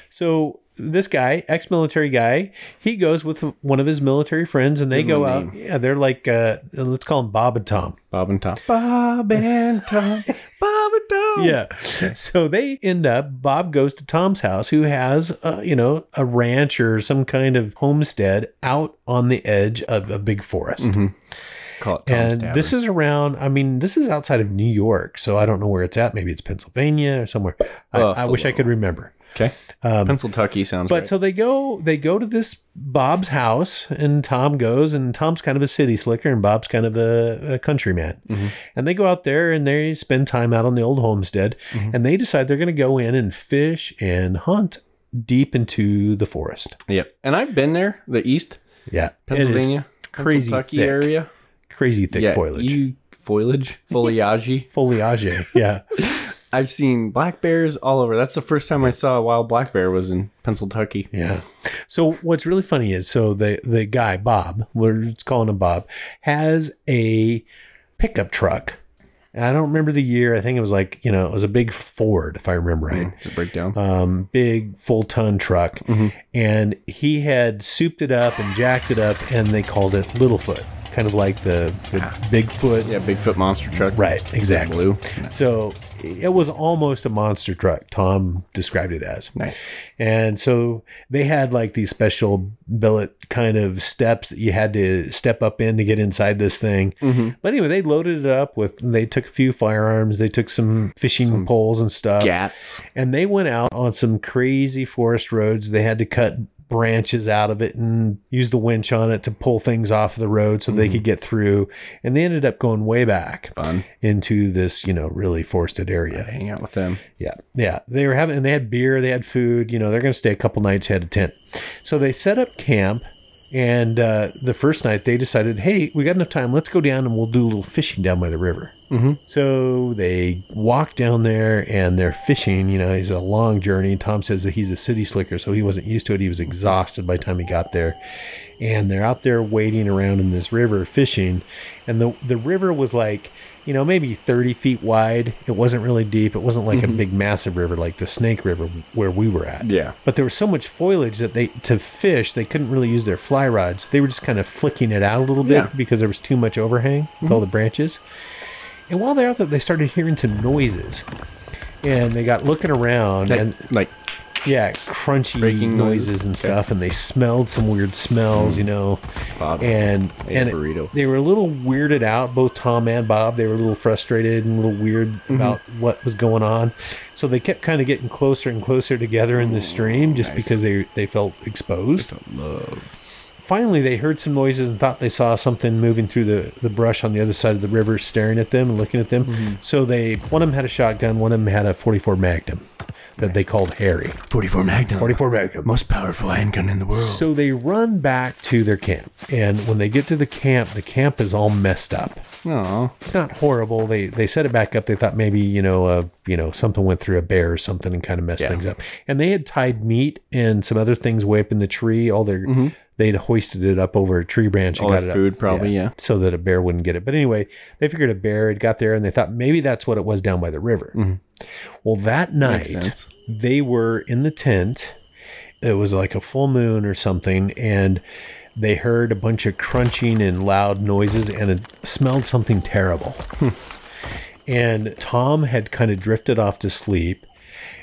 Speaker 2: So this guy, ex-military guy, he goes with one of his military friends, and they go out. Yeah, they're like, uh, let's call them Bob and Tom.
Speaker 1: Bob and Tom. Bob and Tom. [LAUGHS] Bob and Tom.
Speaker 2: Yeah. [LAUGHS] So they end up. Bob goes to Tom's house, who has, uh, you know, a ranch or some kind of homestead out on the edge of a big forest.
Speaker 1: Call it Mm-hmm. Tom's
Speaker 2: and
Speaker 1: Tavern.
Speaker 2: this is around i mean this is outside of new york so i don't know where it's at maybe it's pennsylvania or somewhere I, I wish i
Speaker 1: Buffalo.
Speaker 2: could remember
Speaker 1: okay. Pennsylvania sounds
Speaker 2: um, but
Speaker 1: right.
Speaker 2: so they go they go to this bob's house and tom goes and tom's kind of a city slicker and bob's kind of a, a countryman
Speaker 1: Mm-hmm.
Speaker 2: and they go out there and they spend time out on the old homestead
Speaker 1: Mm-hmm.
Speaker 2: and they decide they're going to go in and fish and hunt deep into the forest
Speaker 1: Yep. And I've been there, the East,
Speaker 2: yeah It is
Speaker 1: Pennsylvania,
Speaker 2: crazy
Speaker 1: Kentucky
Speaker 2: thick,
Speaker 1: area.
Speaker 2: crazy thick foliage
Speaker 1: You
Speaker 2: [LAUGHS]
Speaker 1: foliage, foliage.
Speaker 2: Foliage. Yeah.
Speaker 1: I've seen black bears all over. That's the first time I saw a wild black bear was in Pennsylvania.
Speaker 2: Yeah. So what's really funny is so the the guy Bob, we're just calling him Bob, has a pickup truck. And I don't remember the year. I think it was like you know it was a big Ford, if I remember right.
Speaker 1: It's a breakdown.
Speaker 2: Um, big full ton truck,
Speaker 1: Mm-hmm.
Speaker 2: and he had souped it up and jacked it up, and they called it Littlefoot, kind of like the, the Bigfoot.
Speaker 1: Ah. yeah, Bigfoot monster truck.
Speaker 2: Right. Exactly.
Speaker 1: Blue.
Speaker 2: So it was almost a monster truck. Tom described it as.
Speaker 1: Nice.
Speaker 2: And so they had like these special billet kind of steps that you had to step up in to get inside this thing. But anyway, they loaded it up with, they took a few firearms, they took some fishing poles and stuff.
Speaker 1: Gats.
Speaker 2: And they went out on some crazy forest roads. They had to cut branches out of it and use the winch on it to pull things off the road so they could get through. And they ended up going way back
Speaker 1: Fun.
Speaker 2: into this, you know, really forested area.
Speaker 1: Hang out with them.
Speaker 2: Yeah. Yeah. They were having, and they had beer, they had food, you know, they're going to stay a couple nights, had a tent. So they set up camp. And uh, the first night they decided, hey, we got enough time. Let's go down and we'll do a little fishing down by the river. Mm-hmm. So they walk down there and they're fishing. You know, it's a long journey. Tom says that he's a city slicker, so he wasn't used to it. He was exhausted by the time he got there. And they're out there wading around in this river fishing. And the, the river was like, you know, maybe 30 feet wide. It wasn't really deep. It wasn't like a big, massive river like the Snake River where we were at
Speaker 1: Mm-hmm. Yeah.
Speaker 2: but there was so much foliage that they to fish they couldn't really use their fly rods they were just kind of flicking it out a little bit
Speaker 1: Yeah. Mm-hmm.
Speaker 2: because there was too much overhang with all the branches and while they're out there they started hearing some noises and they got looking around and
Speaker 1: like
Speaker 2: yeah crunchy
Speaker 1: Breaking
Speaker 2: noises
Speaker 1: noises. Mm.
Speaker 2: and stuff and they smelled some weird smells you know
Speaker 1: Bob.
Speaker 2: and
Speaker 1: Ate a
Speaker 2: and it-
Speaker 1: burrito.
Speaker 2: they were a little weirded out both tom and bob they were a little frustrated and a little weird
Speaker 1: Mm-hmm.
Speaker 2: about what was going on so they kept kind of getting closer and closer together in the stream just because they they felt exposed finally they heard some noises and thought they saw something moving through the, the brush on the other side of the river staring at them and looking at them
Speaker 1: Mm-hmm.
Speaker 2: so they one of them had a shotgun one of them had a 44 magnum that they called harry
Speaker 1: 44 Magnum.
Speaker 2: 44 magnum
Speaker 1: Most powerful handgun in the world.
Speaker 2: so they run back to their camp, and when they get to the camp, the camp is all messed up.
Speaker 1: Aw.
Speaker 2: It's not horrible. They they set it back up. They thought maybe you know uh, you know something went through a bear or something and kind of messed things up. And they had tied meat and some other things way up in the tree. All their they'd hoisted it up over a tree branch and
Speaker 1: Mm-hmm. All
Speaker 2: got
Speaker 1: their
Speaker 2: it up-
Speaker 1: food probably, yeah.
Speaker 2: so that a bear wouldn't get it. But anyway, they figured a bear had got there, and they thought maybe that's what it was down by the river. Well, that night
Speaker 1: Mm-hmm. sense.
Speaker 2: they were in the tent. It was like a full moon or something, and they heard a bunch of crunching and loud noises, and it smelled something terrible. and Tom had kind of drifted off to sleep.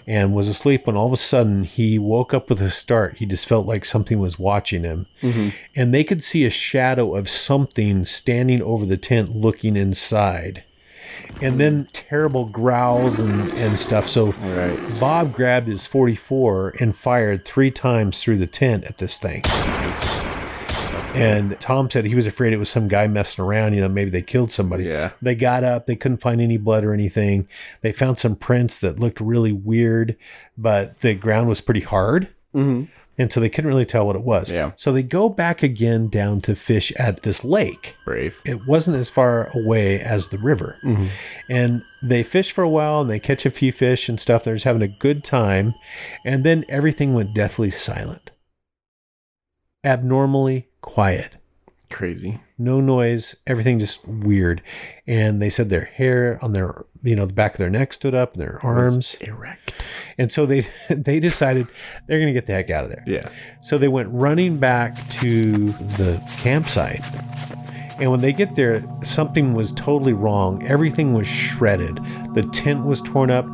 Speaker 2: And was asleep when all of a sudden he woke up with a start. He just felt like something was watching him and they could see a shadow of something standing over the tent looking inside. And then terrible growls and, and stuff. So Bob grabbed his 44 and fired three times through the tent at this thing. And Tom said he was afraid it was some guy messing around. You know, maybe they killed somebody.
Speaker 1: Yeah.
Speaker 2: They got up. They couldn't find any blood or anything. They found some prints that looked really weird, but the ground was pretty hard.
Speaker 3: Mm-hmm.
Speaker 2: And so they couldn't really tell what it was.
Speaker 1: Yeah.
Speaker 2: So they go back again down to fish at this lake.
Speaker 1: Brave.
Speaker 2: It wasn't as far away as the river. And they fish for a while and they catch a few fish and stuff. They're just having a good time. And then everything went deathly silent, abnormally quiet
Speaker 1: Crazy.
Speaker 2: no noise, everything just weird. And they said their hair on their, you know, the back of their neck stood up and their arms erect. And so they [LAUGHS] they decided they're going to get the heck out of there.
Speaker 1: Yeah.
Speaker 2: So they went running back to the campsite. And when they get there, something was totally wrong. Everything was shredded. The tent was torn up.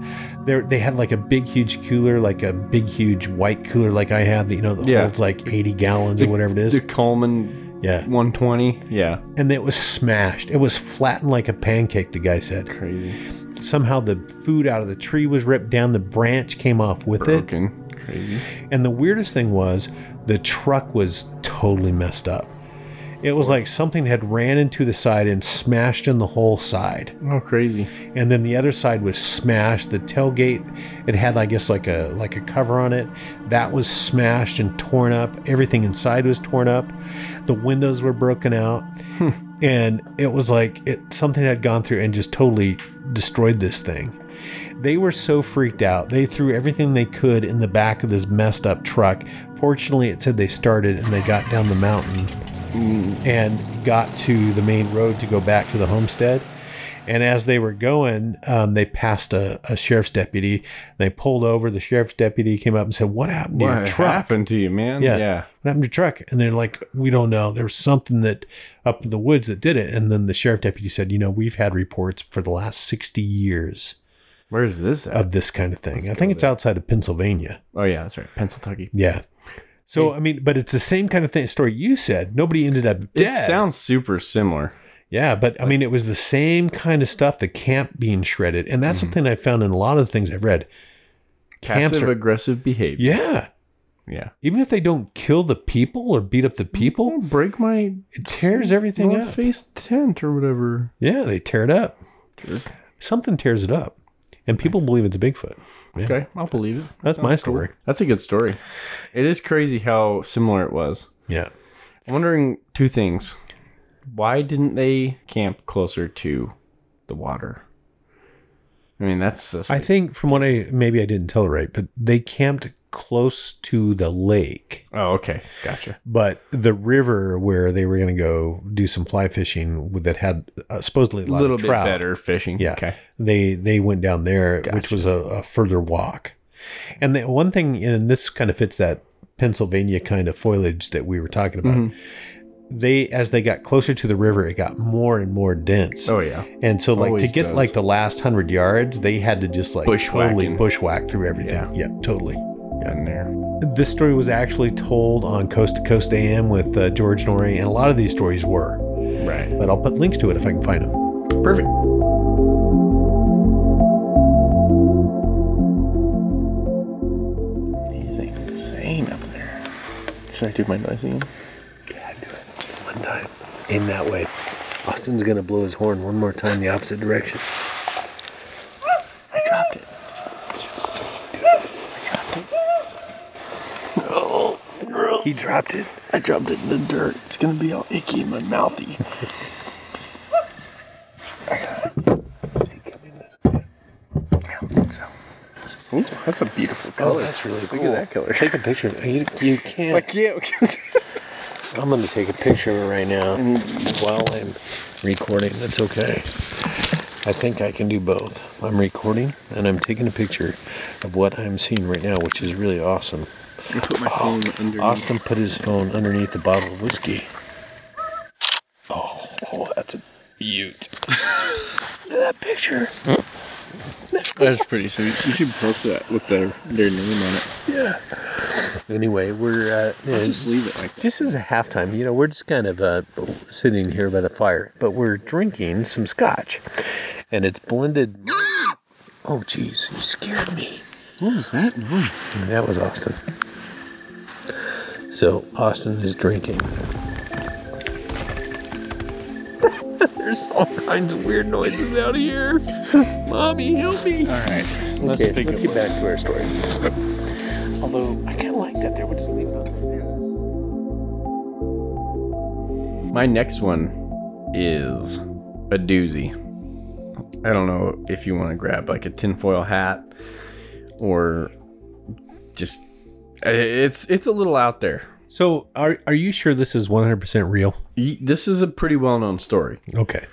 Speaker 2: There, they had like a big, huge cooler, like a big, huge white cooler, like I have that you know that
Speaker 1: Yeah.
Speaker 2: holds like 80 gallons or whatever it is.
Speaker 1: The Coleman
Speaker 2: yeah,
Speaker 1: 120. Yeah.
Speaker 2: and it was smashed. It was flattened like a pancake, the guy said.
Speaker 1: Crazy.
Speaker 2: Somehow the food out of the tree was ripped down, the branch came off with it.
Speaker 1: Broken. Crazy.
Speaker 2: And the weirdest thing was the truck was totally messed up. It was like something had ran into the side and smashed in the whole side.
Speaker 1: Oh, crazy.
Speaker 2: And then the other side was smashed. The tailgate, it had I guess like a like a cover on it. That was smashed and torn up. Everything inside was torn up. The windows were broken out. and it was like it something had gone through and just totally destroyed this thing. They were so freaked out. They threw everything they could in the back of this messed up truck. Fortunately, it said they started and they got down the mountain and got to the main road to go back to the homestead. And as they were going, um, they passed a, a sheriff's deputy. They pulled over. The sheriff's deputy came up and said, "What happened to your
Speaker 1: What
Speaker 2: truck?"
Speaker 1: happened to you, man?
Speaker 2: Yeah.
Speaker 1: yeah.
Speaker 2: What happened to your truck? And they're like, we don't know. There was something that up in the woods that did it. And then the sheriff deputy said, you know, we've had reports for the last 60 years
Speaker 1: Where's this at?
Speaker 2: of this kind of thing. I think it's outside of Pennsylvania.
Speaker 1: oh, yeah, that's right. Pennsylvania.
Speaker 2: Yeah. So, I mean, but it's the same kind of thing story you said. Nobody ended up dead.
Speaker 1: It sounds super similar.
Speaker 2: Yeah, but I mean, it was the same kind of stuff, the camp being shredded. And that's something I found in a lot of the things I've read. Camps
Speaker 1: Passive
Speaker 2: are-
Speaker 1: aggressive behavior.
Speaker 2: Yeah.
Speaker 1: Yeah.
Speaker 2: Even if they don't kill the people or beat up the people,
Speaker 1: break my
Speaker 2: it tears everything up.
Speaker 1: face tent or whatever.
Speaker 2: Yeah, they tear it up.
Speaker 1: Jerk.
Speaker 2: something tears it up, and people believe it's Bigfoot. Yeah.
Speaker 1: Okay, I'll believe it.
Speaker 2: That's my
Speaker 1: Sounds
Speaker 2: story.
Speaker 1: cool. That's a good story. It is crazy how similar it was.
Speaker 2: Yeah,
Speaker 1: I'm wondering two things. Why didn't they camp closer to the water? I mean, that's just,
Speaker 2: I think from what I maybe I didn't tell it right, but they camped close to the lake,
Speaker 1: oh, okay, gotcha.
Speaker 2: but the river where they were going to go do some fly fishing with- that had uh, supposedly a
Speaker 1: A
Speaker 2: lot
Speaker 1: little
Speaker 2: of
Speaker 1: bit
Speaker 2: trout.
Speaker 1: better fishing.
Speaker 2: Yeah.
Speaker 1: Okay.
Speaker 2: They they went down there, which was a, a further walk. And the one thing, and this kind of fits that Pennsylvania kind of foliage that we were talking about. They as they got closer to the river, it got more and more dense.
Speaker 1: Oh yeah.
Speaker 2: And so, like, to
Speaker 1: Always
Speaker 2: get
Speaker 1: does.
Speaker 2: like the last hundred yards, they had to just like totally
Speaker 1: Bushwhacking.
Speaker 2: bushwhack through everything.
Speaker 1: Yeah.
Speaker 2: Yeah, totally.
Speaker 1: In there.
Speaker 2: This story was actually told on Coast to Coast AM with uh, George Norrie, and a lot of these stories were.
Speaker 1: Right.
Speaker 2: But I'll put links to it if I can find them.
Speaker 1: Perfect.
Speaker 3: He's like insane up there. Should I do my noise again?
Speaker 5: One time. Aim that way. Austin's gonna blow his horn one more time the opposite direction.
Speaker 3: I dropped it.
Speaker 5: He dropped it.
Speaker 3: I dropped it in the dirt. It's gonna be all icky in my mouthy.
Speaker 5: Is he coming this way?
Speaker 3: I don't think so. Ooh, that's a beautiful color.
Speaker 5: Oh, that's really cool.
Speaker 3: Look at that color. [LAUGHS]
Speaker 5: Take a picture. of it. You, you
Speaker 3: I
Speaker 5: can't.
Speaker 3: can't [LAUGHS] because
Speaker 5: I'm gonna take a picture of it right now while I'm recording. That's okay. I think I can do both. I'm recording and I'm taking a picture of what I'm seeing right now, which is really awesome. Ah,
Speaker 3: I put my phone under.
Speaker 5: Austin put his phone underneath the bottle of whiskey. Oh, oh that's a beaut. [LAUGHS] Look at that picture.
Speaker 3: That's pretty sweet. You should post that with their their name on it.
Speaker 5: Yeah. Anyway, we're uh, yeah,
Speaker 3: Just leave it like that.
Speaker 5: this is a halftime. You know, we're just kind of uh, sitting here by the fire, but we're drinking some scotch, and
Speaker 3: [GASPS]
Speaker 5: it's blended. Oh, jeez, you scared me.
Speaker 3: What was that noise?
Speaker 5: And that was Austin. So Austin is drinking. [LAUGHS] There's all kinds of weird noises out here. Mommy, help me.
Speaker 3: All right.
Speaker 5: Let's, okay,
Speaker 3: pick
Speaker 5: let's
Speaker 3: it
Speaker 5: get back to our story. Although I kind of like that there. We'll just leave it on there.
Speaker 1: My next one is a doozy. I don't know if you want to grab like a tinfoil hat or just it's it's a little out there.
Speaker 2: So, are are you sure this is one hundred percent real?
Speaker 1: Y- This is a pretty well known story.
Speaker 2: Okay.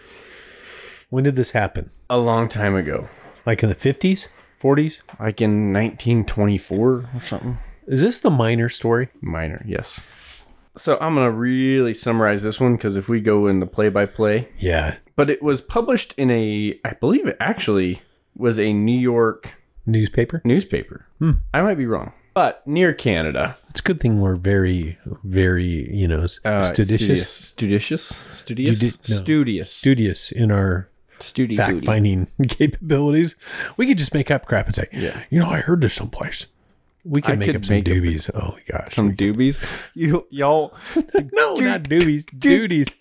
Speaker 2: When did this happen?
Speaker 1: A long time ago,
Speaker 2: Like in the fifties, forties?
Speaker 1: like in 1924 or something.
Speaker 2: Is this the minor story?
Speaker 1: Minor, yes. So I'm gonna really summarize this one because if we go in the play by play,
Speaker 2: Yeah,
Speaker 1: but it was published in a, I believe it actually was a New York
Speaker 2: newspaper.
Speaker 1: newspaper. I might be wrong, but near Canada.
Speaker 2: It's a good thing we're very, very you know s- studious,
Speaker 1: Uh, Studious. Studious.
Speaker 2: Judi- no.
Speaker 1: Studious. Studious.
Speaker 2: studious in our
Speaker 1: Studi-
Speaker 2: fact
Speaker 1: duty.
Speaker 2: finding [LAUGHS] capabilities. We could just make up crap and say, yeah. you know, I heard this someplace. We
Speaker 1: I
Speaker 2: can make
Speaker 1: could
Speaker 2: up some
Speaker 1: make up-
Speaker 2: doobies. oh my gosh.
Speaker 1: Some doobies. You y'all.
Speaker 2: [LAUGHS] no,
Speaker 1: [LAUGHS]
Speaker 2: not doobies, duties.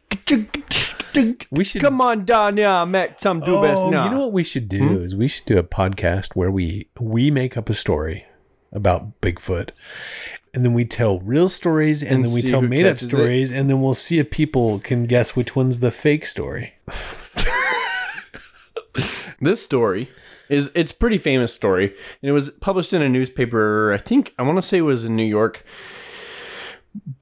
Speaker 2: We should
Speaker 1: Come on down here, I met some doobies
Speaker 2: Oh,
Speaker 1: now.
Speaker 2: you know what we should do
Speaker 1: Hmm?
Speaker 2: is we should do a podcast where we we make up a story about Bigfoot and then we tell real stories, and,
Speaker 1: And
Speaker 2: then we
Speaker 1: see
Speaker 2: tell
Speaker 1: who
Speaker 2: made up
Speaker 1: catches it.
Speaker 2: stories, and then we'll see if people can guess which one's the fake story.
Speaker 1: this story is it's a pretty famous story and it was published in a newspaper i think i want to say it was in new york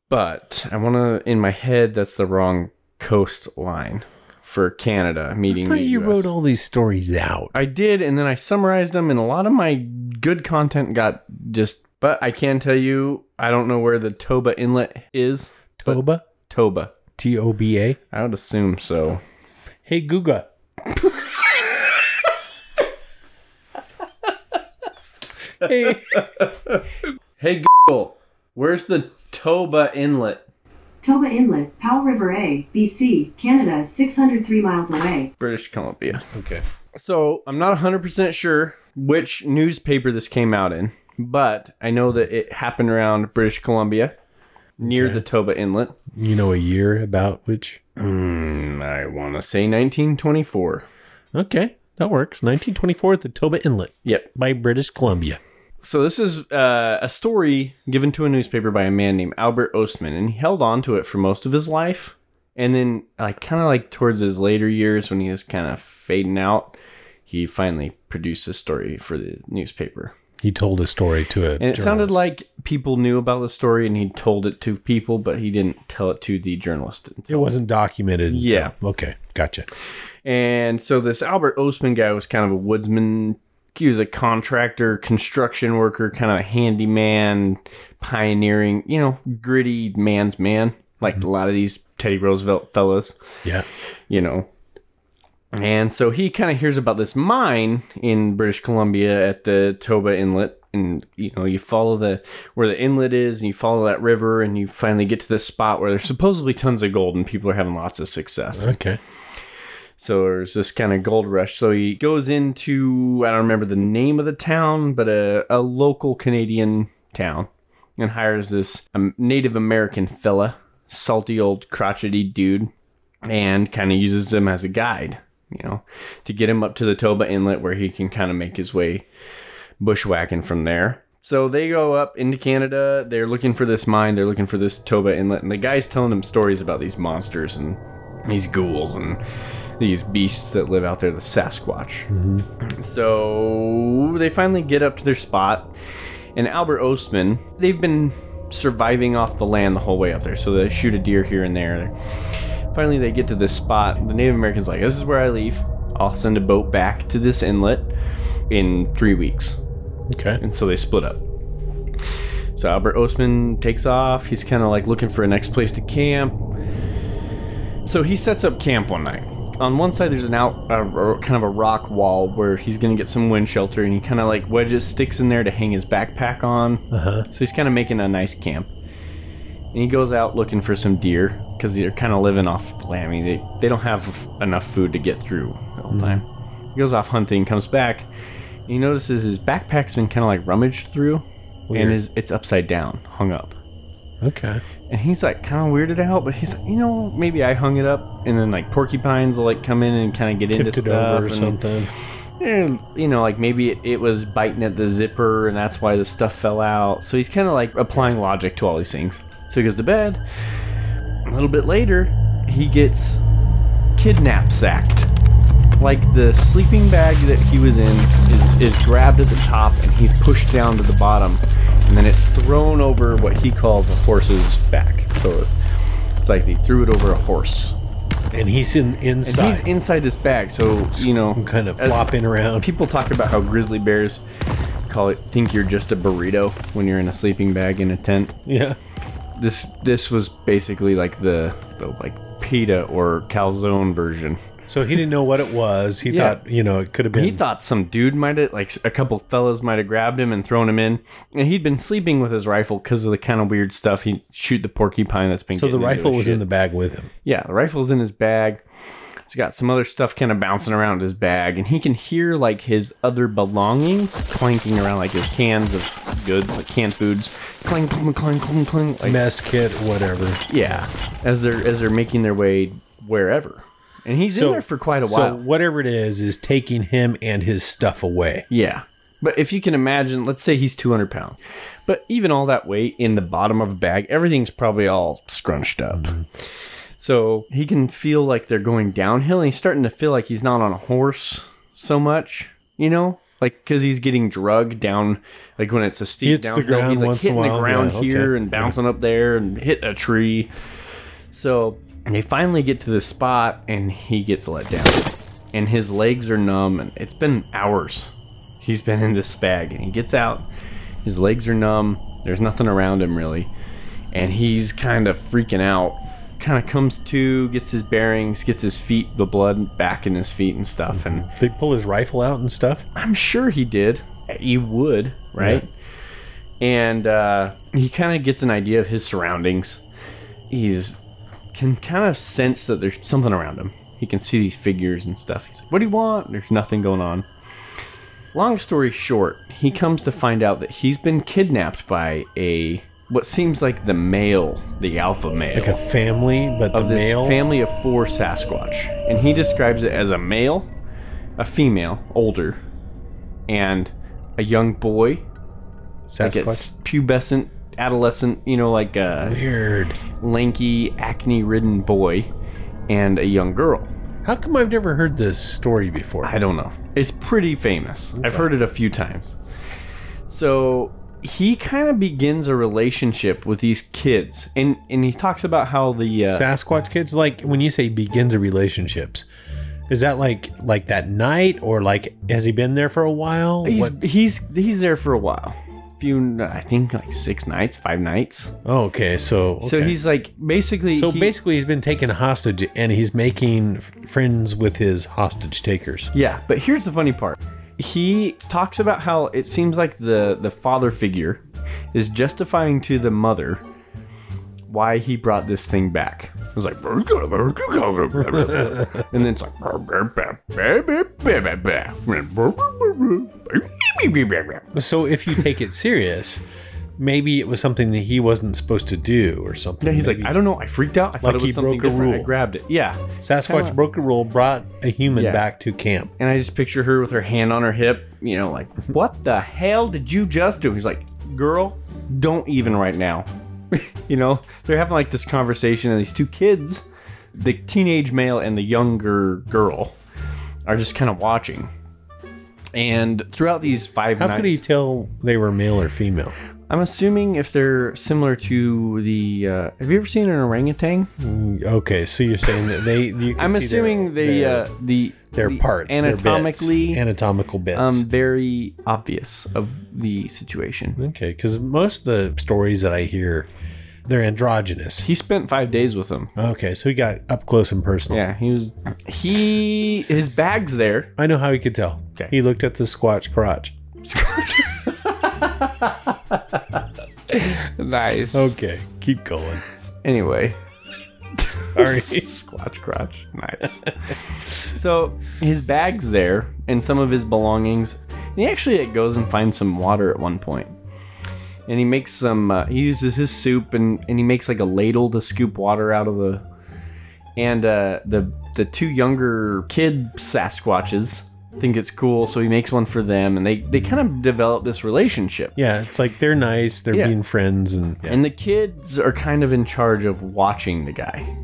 Speaker 1: but i want to in my head that's the wrong coastline for canada meeting
Speaker 2: I thought
Speaker 1: the
Speaker 2: you
Speaker 1: US.
Speaker 2: wrote all these stories out.
Speaker 1: i did and then i summarized them and a lot of my good content got just but i can tell you i don't know where the toba inlet is but-
Speaker 2: Toba,
Speaker 1: toba
Speaker 2: T O B A.
Speaker 1: i would assume so
Speaker 2: Hey Guga. hey,
Speaker 1: hey google where's the toba inlet
Speaker 6: Toba Inlet, Powell River A, BC, Canada is 603 miles away.
Speaker 1: british columbia
Speaker 2: okay.
Speaker 1: So I'm not 100% sure which newspaper this came out in, but I know that it happened around British Columbia near the Toba Inlet.
Speaker 2: You know a year about which?
Speaker 1: Mm, I want to say 1924.
Speaker 2: Okay, that works. 1924 at the Toba Inlet
Speaker 1: Yep.
Speaker 2: by British Columbia.
Speaker 1: So this is uh, a story given to a newspaper by a man named Albert Ostman, and he held on to it for most of his life. And then, like, kind of like towards his later years when he was kind of fading out, he finally produced this story for the newspaper.
Speaker 2: He told a story to a.
Speaker 1: And it sounded like people knew about the story and he told it to people, but he didn't tell it to the journalist.
Speaker 2: it wasn't documented. until-
Speaker 1: Yeah.
Speaker 2: okay, gotcha.
Speaker 1: And so this Albert Ostman guy was kind of a woodsman. He was a contractor, construction worker, kind of a handyman, pioneering, you know, gritty man's man, like a lot of these Teddy Roosevelt fellas.
Speaker 2: Yeah.
Speaker 1: you know. And so he kind of hears about this mine in British Columbia at the Toba Inlet. And you know, you follow the where the inlet is and you follow that river and you finally get to this spot where there's supposedly tons of gold and people are having lots of success.
Speaker 2: Okay.
Speaker 1: So there's this kind of gold rush. So he goes into I don't remember the name of the town, but a, a local Canadian town, and hires this um, Native American fella, salty old crotchety dude, and kind of uses him as a guide, you know, to get him up to the Toba Inlet where he can kind of make his way bushwhacking from there. So they go up into Canada. They're looking for this mine. They're looking for this Toba Inlet, and the guy's telling them stories about these monsters and these ghouls and these beasts that live out there, the Sasquatch. So they finally get up to their spot, and Albert Ostman, they've been surviving off the land the whole way up there. So they shoot a deer here and there. Finally, they get to this spot. The Native American's like, This is where I leave. I'll send a boat back to this inlet in three weeks.
Speaker 2: Okay.
Speaker 1: And so they split up. So Albert Ostman takes off. He's kind of like looking for a next place to camp. So he sets up camp one night. On one side, there's an out, uh, or kind of a rock wall where he's gonna get some wind shelter, and he kind of like wedges sticks in there to hang his backpack on.
Speaker 2: Uh-huh.
Speaker 1: So he's kind of making a nice camp. And he goes out looking for some deer because they're kind of living off the land. I mean, they, they don't have enough food to get through the whole time.
Speaker 2: Mm-hmm.
Speaker 1: He goes off hunting, comes back, and he notices his backpack's been kind of like rummaged through,
Speaker 2: Weird.
Speaker 1: and is it's upside down, hung up.
Speaker 2: Okay.
Speaker 1: And he's like kind of weirded out, but he's like, you know, maybe I hung it up, and then like porcupines will like come in and kind of get
Speaker 2: Tipped
Speaker 1: into
Speaker 2: it
Speaker 1: stuff.
Speaker 2: over or
Speaker 1: and-
Speaker 2: something.
Speaker 1: and, Eh, you know, like maybe it, it was biting at the zipper and that's why the stuff fell out. So he's kind of like applying logic to all these things. So he goes to bed. A little bit later, he gets kidnap sacked. Like the sleeping bag that he was in is, is grabbed at the top and he's pushed down to the bottom. And then it's thrown over what he calls a horse's back. So it's like they threw it over a horse.
Speaker 2: And he's in
Speaker 1: And
Speaker 2: inside.
Speaker 1: he's inside this bag. So, you know.
Speaker 2: kind of
Speaker 1: as-
Speaker 2: flopping around.
Speaker 1: People talk about how grizzly bears call it think you're just a burrito when you're in a sleeping bag in a tent.
Speaker 2: [LAUGHS] yeah.
Speaker 1: This this was basically like the the like pita or calzone version.
Speaker 2: So he didn't know what it was. He
Speaker 1: Yeah.
Speaker 2: thought, you know, it could have been.
Speaker 1: He thought some dude might have like a couple fellas might have grabbed him and thrown him in, and he'd been sleeping with his rifle because of the kind of weird stuff he shoot the porcupine that's been.
Speaker 2: so the
Speaker 1: getting into
Speaker 2: rifle was
Speaker 1: shit.
Speaker 2: in the bag with him.
Speaker 1: Yeah, the rifle's in his bag. He's got some other stuff kind of bouncing around his bag, and he can hear like his other belongings clanking around, like his cans of goods, like canned foods, clang, clang, clang, clang, clang. Like,
Speaker 2: Mess kit, whatever.
Speaker 1: yeah, as they're as they're making their way wherever, and he's in there for quite a
Speaker 2: so
Speaker 1: while.
Speaker 2: whatever it is, is taking him and his stuff away.
Speaker 1: yeah, But if you can imagine, let's say he's 200 pounds, but even all that weight in the bottom of a bag, everything's probably all scrunched up.
Speaker 2: Mm-hmm.
Speaker 1: So he can feel like they're going downhill and he's starting to feel like he's not on a horse so much, you know? Like, because he's getting drugged down, like when it's a steep
Speaker 2: Hits the
Speaker 1: downhill,
Speaker 2: ground
Speaker 1: he's like
Speaker 2: once in a
Speaker 1: hitting the
Speaker 2: while.
Speaker 1: ground
Speaker 2: Yeah,
Speaker 1: here
Speaker 2: okay.
Speaker 1: and bouncing up there and hit a tree. So they finally get to the spot and he gets let down. And his legs are numb and it's been hours. He's been in this spag and he gets out. His legs are numb. There's nothing around him really. And he's kind of freaking out. Kind of comes to, gets his bearings, gets his feet, the blood back in his feet and stuff. And
Speaker 2: They pull his rifle out and stuff.
Speaker 1: I'm sure he did. You would, right? And uh, he kind of gets an idea of his surroundings. He's can kind of sense that there's something around him. He can see these figures and stuff. He's like, "What do you want?" There's nothing going on. Long story short, he comes to find out that he's been kidnapped by a what seems like the male, the alpha male
Speaker 2: Like a family, but the
Speaker 1: of this
Speaker 2: male.
Speaker 1: family of four Sasquatch, and he describes it as a male, a female, older, and a young boy, like a
Speaker 2: Sasquatch.
Speaker 1: s- pubescent, adolescent, you know, like a
Speaker 2: Weird.
Speaker 1: lanky, acne-ridden boy, and a young girl.
Speaker 2: How come I've never heard this story before?
Speaker 1: I don't know. It's pretty famous. I've heard it a few times. So he kind of begins a relationship with these kids, and and he talks about how the uh,
Speaker 2: Sasquatch kids like when you say begins a relationships. Is that like like that night or like has he been there for a while?
Speaker 1: He's
Speaker 2: What-
Speaker 1: he's he's there for a while. Few, I think like six nights, five nights.
Speaker 2: oh, okay, so
Speaker 1: So
Speaker 2: okay.
Speaker 1: he's like basically.
Speaker 2: so
Speaker 1: he-
Speaker 2: basically he's been taken hostage and he's making f- friends with his hostage takers.
Speaker 1: Yeah, but here's the funny part. He talks about how it seems like the the father figure is justifying to the mother why he brought this thing back. It was like, and
Speaker 2: [LAUGHS]
Speaker 1: then it's like,
Speaker 2: So if you take it serious, maybe it was something that he wasn't supposed to do or something.
Speaker 1: yeah, he's like,
Speaker 2: Maybe
Speaker 1: I don't know, I freaked out. I thought
Speaker 2: Like
Speaker 1: it
Speaker 2: he
Speaker 1: was something
Speaker 2: broke a
Speaker 1: different. I
Speaker 2: rule.
Speaker 1: grabbed it. Yeah,
Speaker 2: Sasquatch broke a rule, brought a human
Speaker 1: Yeah.
Speaker 2: back to camp.
Speaker 1: And I just picture her with her hand on her hip, you know, like, what the hell did you just do? He's like, girl, don't even right now. [LAUGHS] you know, they're having like this conversation, and these two kids, the teenage male and the younger girl, are just kind of watching. And throughout these five
Speaker 2: How
Speaker 1: nights,
Speaker 2: could he tell they were male or female?
Speaker 1: I'm assuming if they're similar to the. Uh, have you ever seen an orangutan?
Speaker 2: Okay, so you're saying that they you can
Speaker 1: I'm
Speaker 2: see their-
Speaker 1: assuming the
Speaker 2: their-
Speaker 1: uh, the
Speaker 2: their
Speaker 1: the
Speaker 2: parts, their bits,
Speaker 1: anatomically
Speaker 2: anatomical bits.
Speaker 1: um,
Speaker 2: Um,
Speaker 1: very obvious of the situation.
Speaker 2: okay, because most of the stories that I hear, they're androgynous.
Speaker 1: He spent five days with them.
Speaker 2: Okay, so he got up close and personal.
Speaker 1: Yeah, he was. He his bag's there.
Speaker 2: I know how he could tell.
Speaker 1: Okay.
Speaker 2: He looked at the Squatch crotch.
Speaker 1: Nice.
Speaker 2: Okay, keep going.
Speaker 1: Anyway,
Speaker 2: Sorry.
Speaker 1: Squatch crotch. Nice. so his bag's there and some of his belongings. And he actually goes and finds some water at one point. And he makes some. Uh, he uses his soup and and he makes like a ladle to scoop water out of the. And uh, the the two younger kid Sasquatches think it's cool, so he makes one for them, and they they kind of develop this relationship.
Speaker 2: yeah, it's like they're nice. They're
Speaker 1: Yeah.
Speaker 2: being friends, and yeah.
Speaker 1: And the kids are kind of in charge of watching the guy.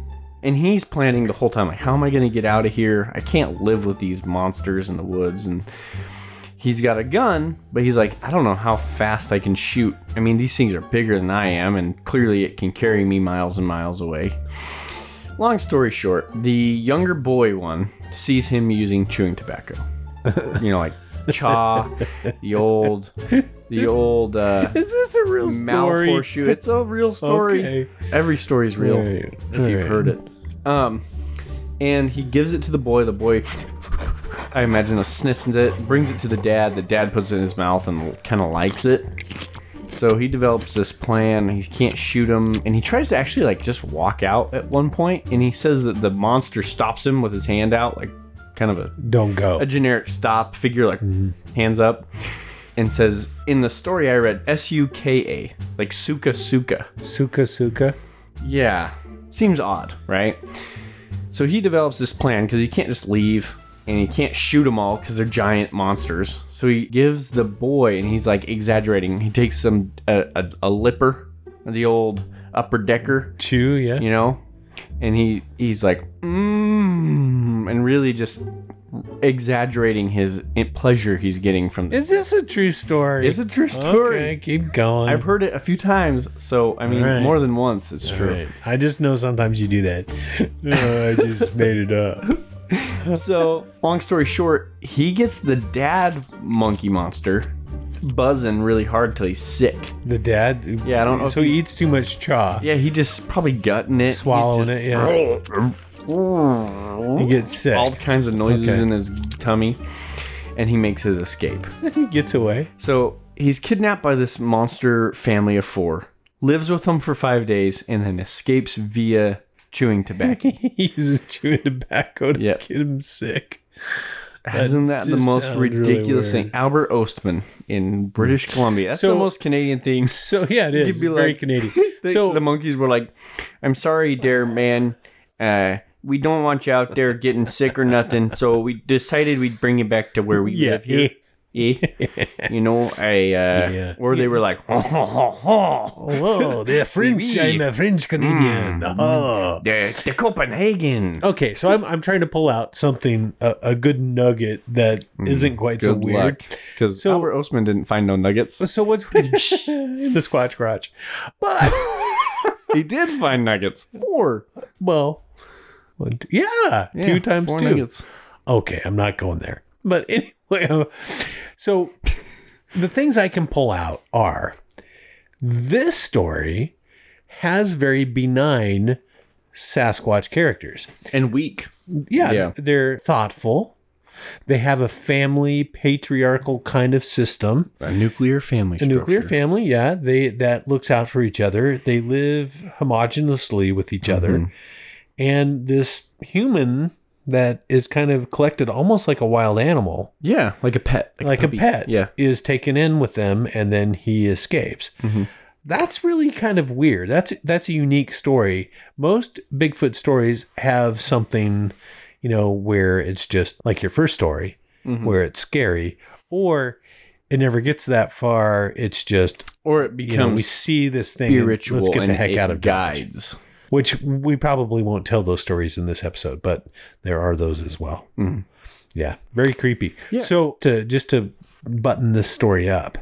Speaker 1: And he's planning the whole time, like, how am I going to get out of here? I can't live with these monsters in the woods. And he's got a gun, but he's like, I don't know how fast I can shoot. I mean, these things are bigger than I am, and clearly it can carry me miles and miles away. Long story short, the younger boy one sees him using chewing tobacco. You know, like cha, the old, the old. Uh,
Speaker 2: is this a real
Speaker 1: mouth horseshoe. It's a real story.
Speaker 2: Mm, Okay.
Speaker 1: Every story is real
Speaker 2: Right.
Speaker 1: if you've
Speaker 2: Right.
Speaker 1: heard it. Um, and he gives it to the boy. The boy, I imagine, sniffs it, brings it to the dad. The dad puts it in his mouth and kind of likes it. So he develops this plan. He can't shoot him, and he tries to actually like just walk out at one point. And he says that the monster stops him with his hand out, like kind of a
Speaker 2: Don't go.
Speaker 1: a generic stop figure, like hands up, and says, "In the story I read, S U K A, like suka suka."
Speaker 2: Suka suka.
Speaker 1: Yeah, seems odd, right? So he develops this plan because he can't just leave. and he can't shoot them all because they're giant monsters. So he gives the boy, and he's like exaggerating. He takes some a, a, a lipper, the old upper decker,
Speaker 2: Two, yeah.
Speaker 1: you know, and he he's like, mmm, and really just exaggerating his pleasure he's getting from this.
Speaker 2: Is this a true story?
Speaker 1: It's a true story.
Speaker 2: Okay, keep going.
Speaker 1: I've heard it a few times, so I mean,
Speaker 2: All right.
Speaker 1: more than once, it's true.
Speaker 2: Right. I just know sometimes you do that. [LAUGHS] No, I just made it up.
Speaker 1: So, long story short, he gets the dad monkey monster buzzing really hard till he's sick.
Speaker 2: The dad.
Speaker 1: Yeah, I don't know if
Speaker 2: So he eats too much chaw,
Speaker 1: Yeah, he just probably gutting it, He's
Speaker 2: swallowing
Speaker 1: just Mm.
Speaker 2: it. Yeah. he gets sick.
Speaker 1: all kinds of noises
Speaker 2: Okay.
Speaker 1: in his tummy, and he makes his escape.
Speaker 2: [LAUGHS] he gets away. [LAUGHS]
Speaker 1: So he's kidnapped by this monster family of four, lives with them for five days, and then escapes via chewing
Speaker 2: [LAUGHS]
Speaker 1: tobacco.
Speaker 2: he uses chewing tobacco to
Speaker 1: Yep.
Speaker 2: get him sick.
Speaker 1: Isn't that the
Speaker 2: just
Speaker 1: most
Speaker 2: sounds really
Speaker 1: ridiculous thing?
Speaker 2: weird. Hmm.
Speaker 1: Albert Ostman in British Columbia. That's the
Speaker 2: So-
Speaker 1: most Canadian
Speaker 2: [LAUGHS]
Speaker 1: thing.
Speaker 2: So yeah, it is
Speaker 1: be
Speaker 2: very
Speaker 1: like-
Speaker 2: Canadian.
Speaker 1: [LAUGHS] The,
Speaker 2: so [LAUGHS]
Speaker 1: the monkeys were like, "I'm sorry, dear man. Uh, we don't want you out there getting sick or nothing. So we decided we'd bring you back to where we
Speaker 2: yeah,
Speaker 1: live here.
Speaker 2: eh.
Speaker 1: Eh? You know, I uh,
Speaker 2: [LAUGHS] Yeah.
Speaker 1: or they were like, [LAUGHS] "Ho, ho, ho, ho. [LAUGHS]
Speaker 2: Hello, they're French. I'm a French Canadian.
Speaker 1: Mm.
Speaker 2: Oh.
Speaker 1: the, the Copenhagen.
Speaker 2: Okay, so I'm, I'm trying to pull out something a, a good nugget that
Speaker 1: Mm.
Speaker 2: not quite so weird.
Speaker 1: because
Speaker 2: So-
Speaker 1: Albert Ostman didn't find no nuggets.
Speaker 2: So what's with [LAUGHS] the Squatch Crotch? But
Speaker 1: [LAUGHS] he did find nuggets. Four,
Speaker 2: well, one, two, yeah,
Speaker 1: Yeah,
Speaker 2: two times
Speaker 1: four
Speaker 2: two.
Speaker 1: nuggets.
Speaker 2: Okay, I'm not going there. But [LAUGHS] anyway, uh, so the things I can pull out are this story has very benign Sasquatch characters.
Speaker 1: and weak.
Speaker 2: yeah,
Speaker 1: Yeah.
Speaker 2: they're thoughtful. They have a family patriarchal kind of system.
Speaker 1: A nuclear family.
Speaker 2: A nuclear family, yeah. They that looks out for each other. They live homogeneously with each other. And this human that is kind of collected almost like a wild animal,
Speaker 1: Yeah, like a pet.
Speaker 2: like
Speaker 1: puppy.
Speaker 2: a pet,
Speaker 1: Yeah.
Speaker 2: is taken in with them and then he escapes.
Speaker 1: Mm-hmm.
Speaker 2: That's really kind of weird. That's that's a unique story. Most Bigfoot stories have something, you know, where it's just like your first story,
Speaker 1: Mm-hmm.
Speaker 2: where it's scary, or it never gets that far. It's just
Speaker 1: Or it
Speaker 2: you know, we
Speaker 1: becomes
Speaker 2: see this thing. and
Speaker 1: spiritual
Speaker 2: Let's get
Speaker 1: and
Speaker 2: the heck
Speaker 1: it
Speaker 2: out of Dodge.
Speaker 1: guides.
Speaker 2: Which we probably won't tell those stories in this episode, but there are those as well.
Speaker 1: Mm-hmm.
Speaker 2: Yeah, very creepy. So to just to button this story up.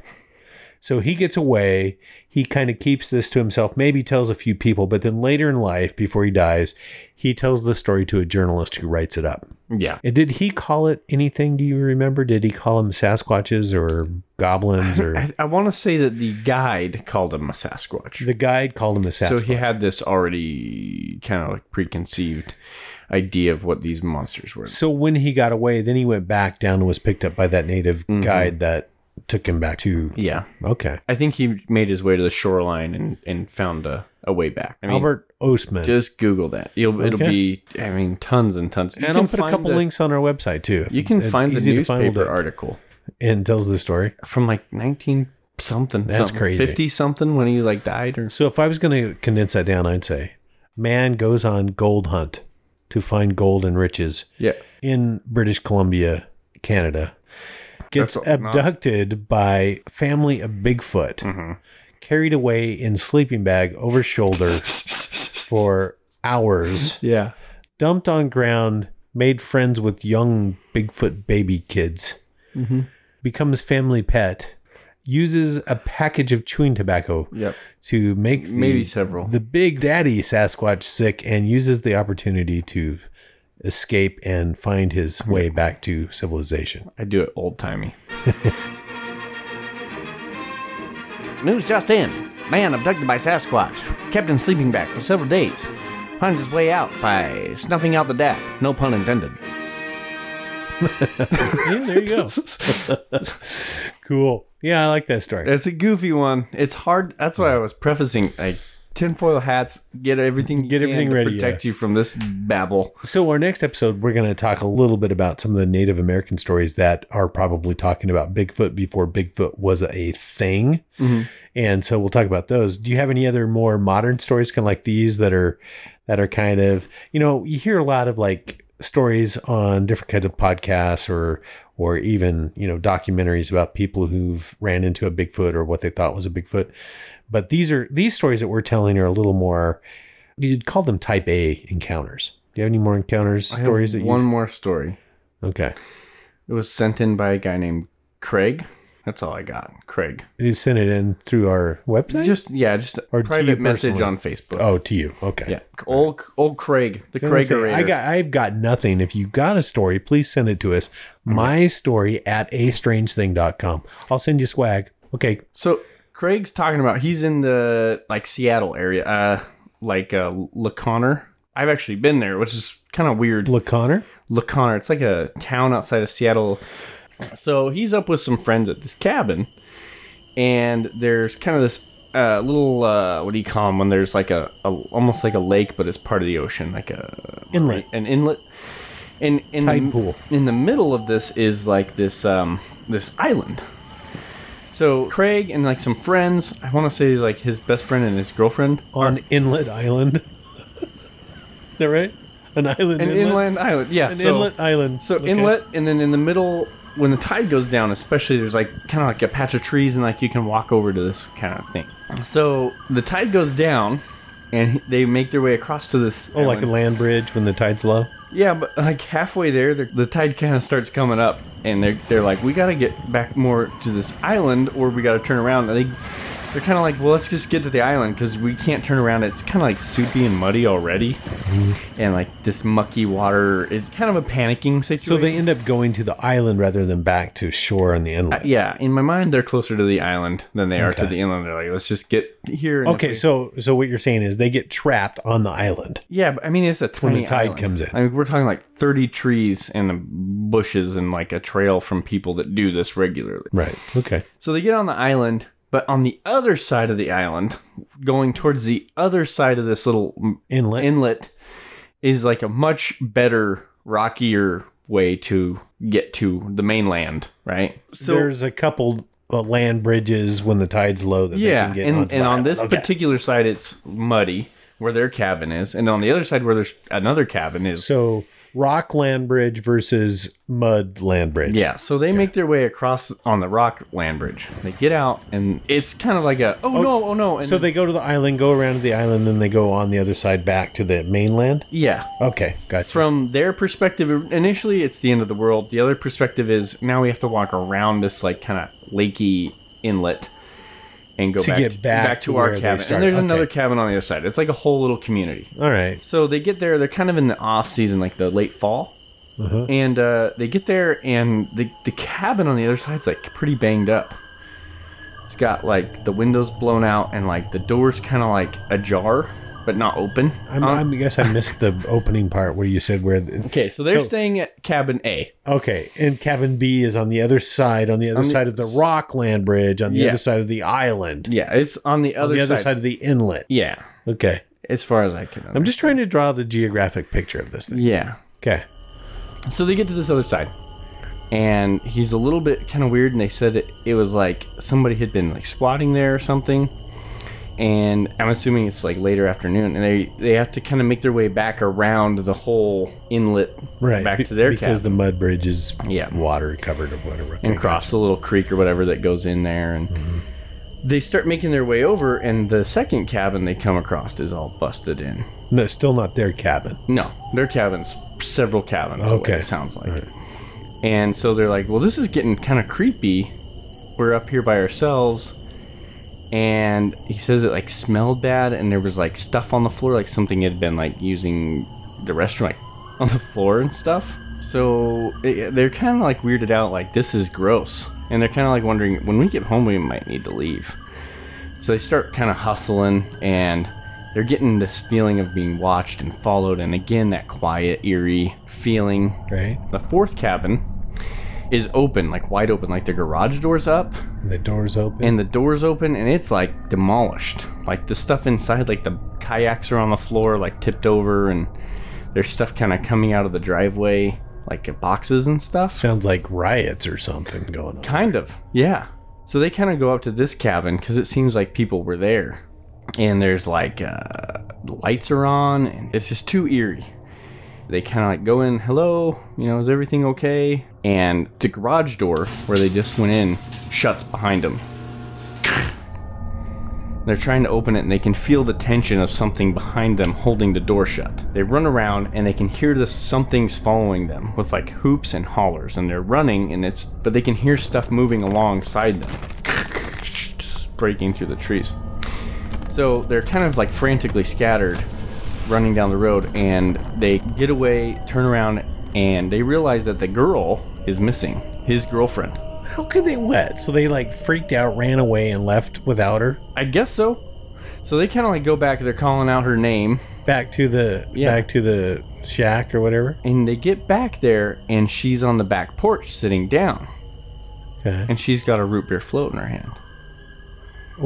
Speaker 2: So he gets away. He kind of keeps this to himself, maybe tells a few people, but then later in life, before he dies, he tells the story to a journalist who writes it up.
Speaker 1: Yeah.
Speaker 2: And did he call it anything? Do you remember? Did he call them Sasquatches or goblins
Speaker 1: [LAUGHS]
Speaker 2: or
Speaker 1: I, I want to say that the guide called him a Sasquatch.
Speaker 2: the guide called him a Sasquatch?
Speaker 1: So he had this already kind of like preconceived idea of what these monsters were.
Speaker 2: So when he got away, then he went back down and was picked up by that native guide that took him back to.
Speaker 1: Mm-hmm. Yeah.
Speaker 2: Okay.
Speaker 1: I think he made his way to the shoreline and, and found a, a way back. I mean,
Speaker 2: Albert Ostman.
Speaker 1: just Google that. You'll, It'll
Speaker 2: Okay.
Speaker 1: be, I mean, tons and tons. You
Speaker 2: and I'll put a
Speaker 1: find
Speaker 2: couple
Speaker 1: the-
Speaker 2: links on our website too. if
Speaker 1: You can
Speaker 2: it's
Speaker 1: find the
Speaker 2: easy to find
Speaker 1: newspaper
Speaker 2: it.
Speaker 1: article
Speaker 2: And tells the story.
Speaker 1: from like 19 something.
Speaker 2: That's
Speaker 1: something,
Speaker 2: crazy.
Speaker 1: 50 something when he like died or
Speaker 2: So if I was going to condense that down, I'd say man goes on gold hunt to find gold and riches
Speaker 1: Yeah.
Speaker 2: in British Columbia, Canada. Gets
Speaker 1: That's not- Mm-hmm.
Speaker 2: abducted by family of Bigfoot, carried away in sleeping bag
Speaker 1: [LAUGHS]
Speaker 2: over shoulder for hours.
Speaker 1: Yeah.
Speaker 2: dumped on ground, made friends with young Bigfoot baby kids, Mm-hmm. becomes family pet, uses a package of chewing tobacco
Speaker 1: Yep.
Speaker 2: to make the,
Speaker 1: Maybe several.
Speaker 2: the big daddy Sasquatch sick, and uses the opportunity to escape and find his way back to civilization.
Speaker 1: I do it old
Speaker 2: [LAUGHS]
Speaker 1: timey.
Speaker 4: News just in. Man abducted by Sasquatch. Kept in sleeping bag for several days. Finds his way out by snuffing out the dad. No pun intended.
Speaker 2: Yeah, there you go. [LAUGHS] cool. Yeah, I like that story.
Speaker 1: It's a goofy one. It's hard. That's why I was prefacing like tinfoil hats. Get everything. You
Speaker 2: Get
Speaker 1: can
Speaker 2: everything
Speaker 1: to
Speaker 2: ready,
Speaker 1: Protect you from this babble.
Speaker 2: So, our next episode, we're going to talk a little bit about some of the Native American stories that are probably talking about Bigfoot before Bigfoot was a thing. And so, we'll talk about those. Do you have any other more modern stories, kind of like these, that are that are kind of you know you hear a lot of like stories on different kinds of podcasts or or even you know documentaries about people who've ran into a Bigfoot or what they thought was a Bigfoot. But these are these stories that we're telling are a little more. You'd call them type A encounters. Do you have any more encounters
Speaker 1: I have
Speaker 2: stories that you?
Speaker 1: one more story.
Speaker 2: Okay,
Speaker 1: It was sent in by a guy named Craig. That's all I got. Craig.
Speaker 2: you sent it in through our website.
Speaker 1: Just yeah, just a
Speaker 2: Or to you
Speaker 1: private message
Speaker 2: personally?
Speaker 1: on Facebook.
Speaker 2: oh, to you. Okay.
Speaker 1: yeah. Old old Craig, the
Speaker 2: I was
Speaker 1: Craig
Speaker 2: gonna say, I got I've got nothing. If you got a story, please send it to us. My story at a strange thing.com. I'll send you swag. Okay.
Speaker 1: So Craig's talking about he's in the like Seattle area, uh, like uh, LaConner. I've actually been there, which is kind of weird.
Speaker 2: Look, Connor.
Speaker 1: LaConner, it's like a town outside of Seattle. So he's up with some friends at this cabin, and there's kind of this uh, little uh, what do you call them when there's like a, a almost like a lake, but it's part of the ocean, like a
Speaker 2: Inlet.
Speaker 1: an inlet. And in the,
Speaker 2: Tide pool.
Speaker 1: in the middle of this is like this um this island. So Craig and like some friends, I want to say like his best friend and his girlfriend,
Speaker 2: On Inlet Island. [LAUGHS] Is that right? An island
Speaker 1: an
Speaker 2: inlet?
Speaker 1: inland island, yeah,
Speaker 2: An
Speaker 1: so,
Speaker 2: inlet island.
Speaker 1: So
Speaker 2: Okay.
Speaker 1: inlet, and then in the middle, when the tide goes down, especially there's like kind of like a patch of trees, and like you can walk over to this kind of thing. So the tide goes down, and he- they make their way across to this.
Speaker 2: Oh, like a
Speaker 1: island.
Speaker 2: land bridge when the tide's low.
Speaker 1: yeah, but like halfway there, the, the tide kind of starts coming up, and they're they're like, we got to get back more to this island, or we got to turn around. And they they're kind of like, well, let's just get to the island because we can't turn around. It's kind of like soupy and muddy already,
Speaker 2: Mm-hmm.
Speaker 1: and like this mucky water. It's kind of a panicking situation.
Speaker 2: So they end up going to the island rather than back to shore on the inlet.
Speaker 1: Uh, yeah, in my mind, they're closer to the island than they are to
Speaker 2: Okay.
Speaker 1: the inland. They're like, let's just get here. and if
Speaker 2: okay,
Speaker 1: we-
Speaker 2: so so what you're saying is they get trapped on the island.
Speaker 1: yeah, but I mean, it's a tiny
Speaker 2: the tide
Speaker 1: island.
Speaker 2: comes in.
Speaker 1: I mean, we're talking like thirty trees and bushes and like a trail from people that do this regularly.
Speaker 2: Right. Okay.
Speaker 1: So they get on the island, but on the other side of the island, going towards the other side of this little mm,
Speaker 2: Inlet.
Speaker 1: inlet, is like a much better, rockier way to get to the mainland. Right. So
Speaker 2: there's a couple uh, land bridges when the tide's low that
Speaker 1: yeah,
Speaker 2: they can get
Speaker 1: and,
Speaker 2: onto
Speaker 1: and
Speaker 2: the
Speaker 1: on
Speaker 2: island.
Speaker 1: this
Speaker 2: Okay.
Speaker 1: particular side, it's muddy where their cabin is, and on the other side where there's another cabin is.
Speaker 2: so rock land bridge versus mud land bridge.
Speaker 1: yeah, so they make their way across on the rock land bridge. They get out, and it's kind of like a oh, no, oh no, and
Speaker 2: So they go to the island, go around to the island, and they go on the other side back to the mainland.
Speaker 1: yeah.
Speaker 2: Okay, gotcha.
Speaker 1: From their perspective, initially it's the end of the world. The other perspective is now we have to walk around this like kind of lakey inlet and go
Speaker 2: To
Speaker 1: back,
Speaker 2: get back
Speaker 1: to
Speaker 2: to
Speaker 1: our
Speaker 2: where they
Speaker 1: cabin. And
Speaker 2: started.
Speaker 1: there's
Speaker 2: Okay.
Speaker 1: another cabin on the other side. It's like a whole little community.
Speaker 2: All right.
Speaker 1: So they get there. They're kind of in the off season, like the late fall,
Speaker 2: Uh-huh.
Speaker 1: and uh, they get there, and the the cabin on the other side's like pretty banged up. It's got like the windows blown out, and like the doors kind of like ajar, but not open.
Speaker 2: I'm,
Speaker 1: Um,
Speaker 2: I'm, I guess I missed the opening part where you said where. The,
Speaker 1: okay, so they're
Speaker 2: so-
Speaker 1: staying at cabin A.
Speaker 2: Okay, and cabin B is on the other side, on the other
Speaker 1: the-
Speaker 2: side of the rock land bridge, on the
Speaker 1: Yeah.
Speaker 2: other side of the island,
Speaker 1: Yeah, it's on the other,
Speaker 2: on the other
Speaker 1: side.
Speaker 2: side. of the inlet.
Speaker 1: Yeah,
Speaker 2: Okay,
Speaker 1: as far as I can.
Speaker 2: I'm just trying to draw the geographic picture of this thing.
Speaker 1: yeah,
Speaker 2: Okay,
Speaker 1: so they get to this other side and he's a little bit kind of weird and they said it, it was like somebody had been like squatting there or something and i'm assuming it's like later afternoon and they they have to kind of make their way back around the whole inlet
Speaker 2: right
Speaker 1: back
Speaker 2: be-
Speaker 1: to their
Speaker 2: because
Speaker 1: cabin
Speaker 2: the mud bridge is
Speaker 1: Yeah.
Speaker 2: water covered or whatever. Okay,
Speaker 1: and cross the little creek or whatever that goes in there and
Speaker 2: Mm-hmm.
Speaker 1: they start making their way over and the second cabin they come across is all busted in
Speaker 2: gotcha. No, still not their cabin.
Speaker 1: No, their cabins, several cabins. Okay,
Speaker 2: Okay.
Speaker 1: it sounds like. And so they're like, "Well, this is getting kind of creepy. We're up here by ourselves." And he says it like smelled bad, and there was like stuff on the floor, like something had been like using the restroom like, [LAUGHS] on the floor and stuff. So it, they're kind of like weirded out, like this is gross, and they're kind of like wondering when we get home, we might need to leave. So they start kind of hustling and they're getting this feeling of being watched and followed, and again, that quiet, eerie feeling.
Speaker 2: Right,
Speaker 1: The fourth cabin is open, like wide open, like the garage door's up
Speaker 2: and the doors open.
Speaker 1: and the door's open, and it's like demolished. Like the stuff inside, like the kayaks are on the floor, like tipped over, and there's stuff kind of coming out of the driveway, like boxes and stuff.
Speaker 2: Sounds like riots or something going on.
Speaker 1: Kind of, yeah. So they kind of go up to this cabin because it seems like people were there, and there's like uh, lights are on, and it's just too eerie. They kind of like go in, hello, you know, is everything okay? And the garage door where they just went in shuts behind them. They're trying to open it and they can feel the tension of something behind them holding the door shut. They run around and they can hear the something's following them with like hoops and hollers and they're running and it's but they can hear stuff moving alongside them. [LAUGHS] Breaking through the trees. So they're kind of like frantically scattered running down the road and they get away, turn around and they realize that the girl is missing. His girlfriend.
Speaker 2: How could they wet? So they like freaked out, ran away, and left without her
Speaker 1: I guess so. So they kind of like go back, they're calling out her name
Speaker 2: back to the
Speaker 1: Yeah.
Speaker 2: back to the shack or whatever.
Speaker 1: And they get back there, and she's on the back porch sitting down,
Speaker 2: Okay.
Speaker 1: and she's got a root beer float in her hand.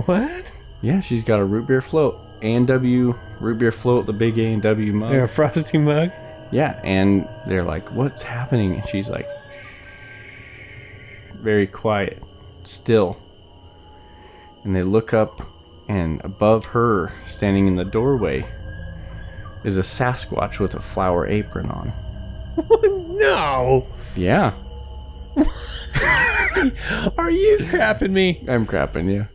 Speaker 2: What?
Speaker 1: Yeah, she's got a root beer float, A and W root beer float, the big A and W mug.
Speaker 2: They're a frosty mug.
Speaker 1: Yeah, and they're like, "What's happening?" And she's like, "Shh." very quiet, still. And they look up, and above her, standing in the doorway, is a Sasquatch with a flower apron [LAUGHS] on.
Speaker 2: No.
Speaker 1: [LAUGHS] Yeah,
Speaker 2: Are you crapping me?
Speaker 1: I'm crapping you.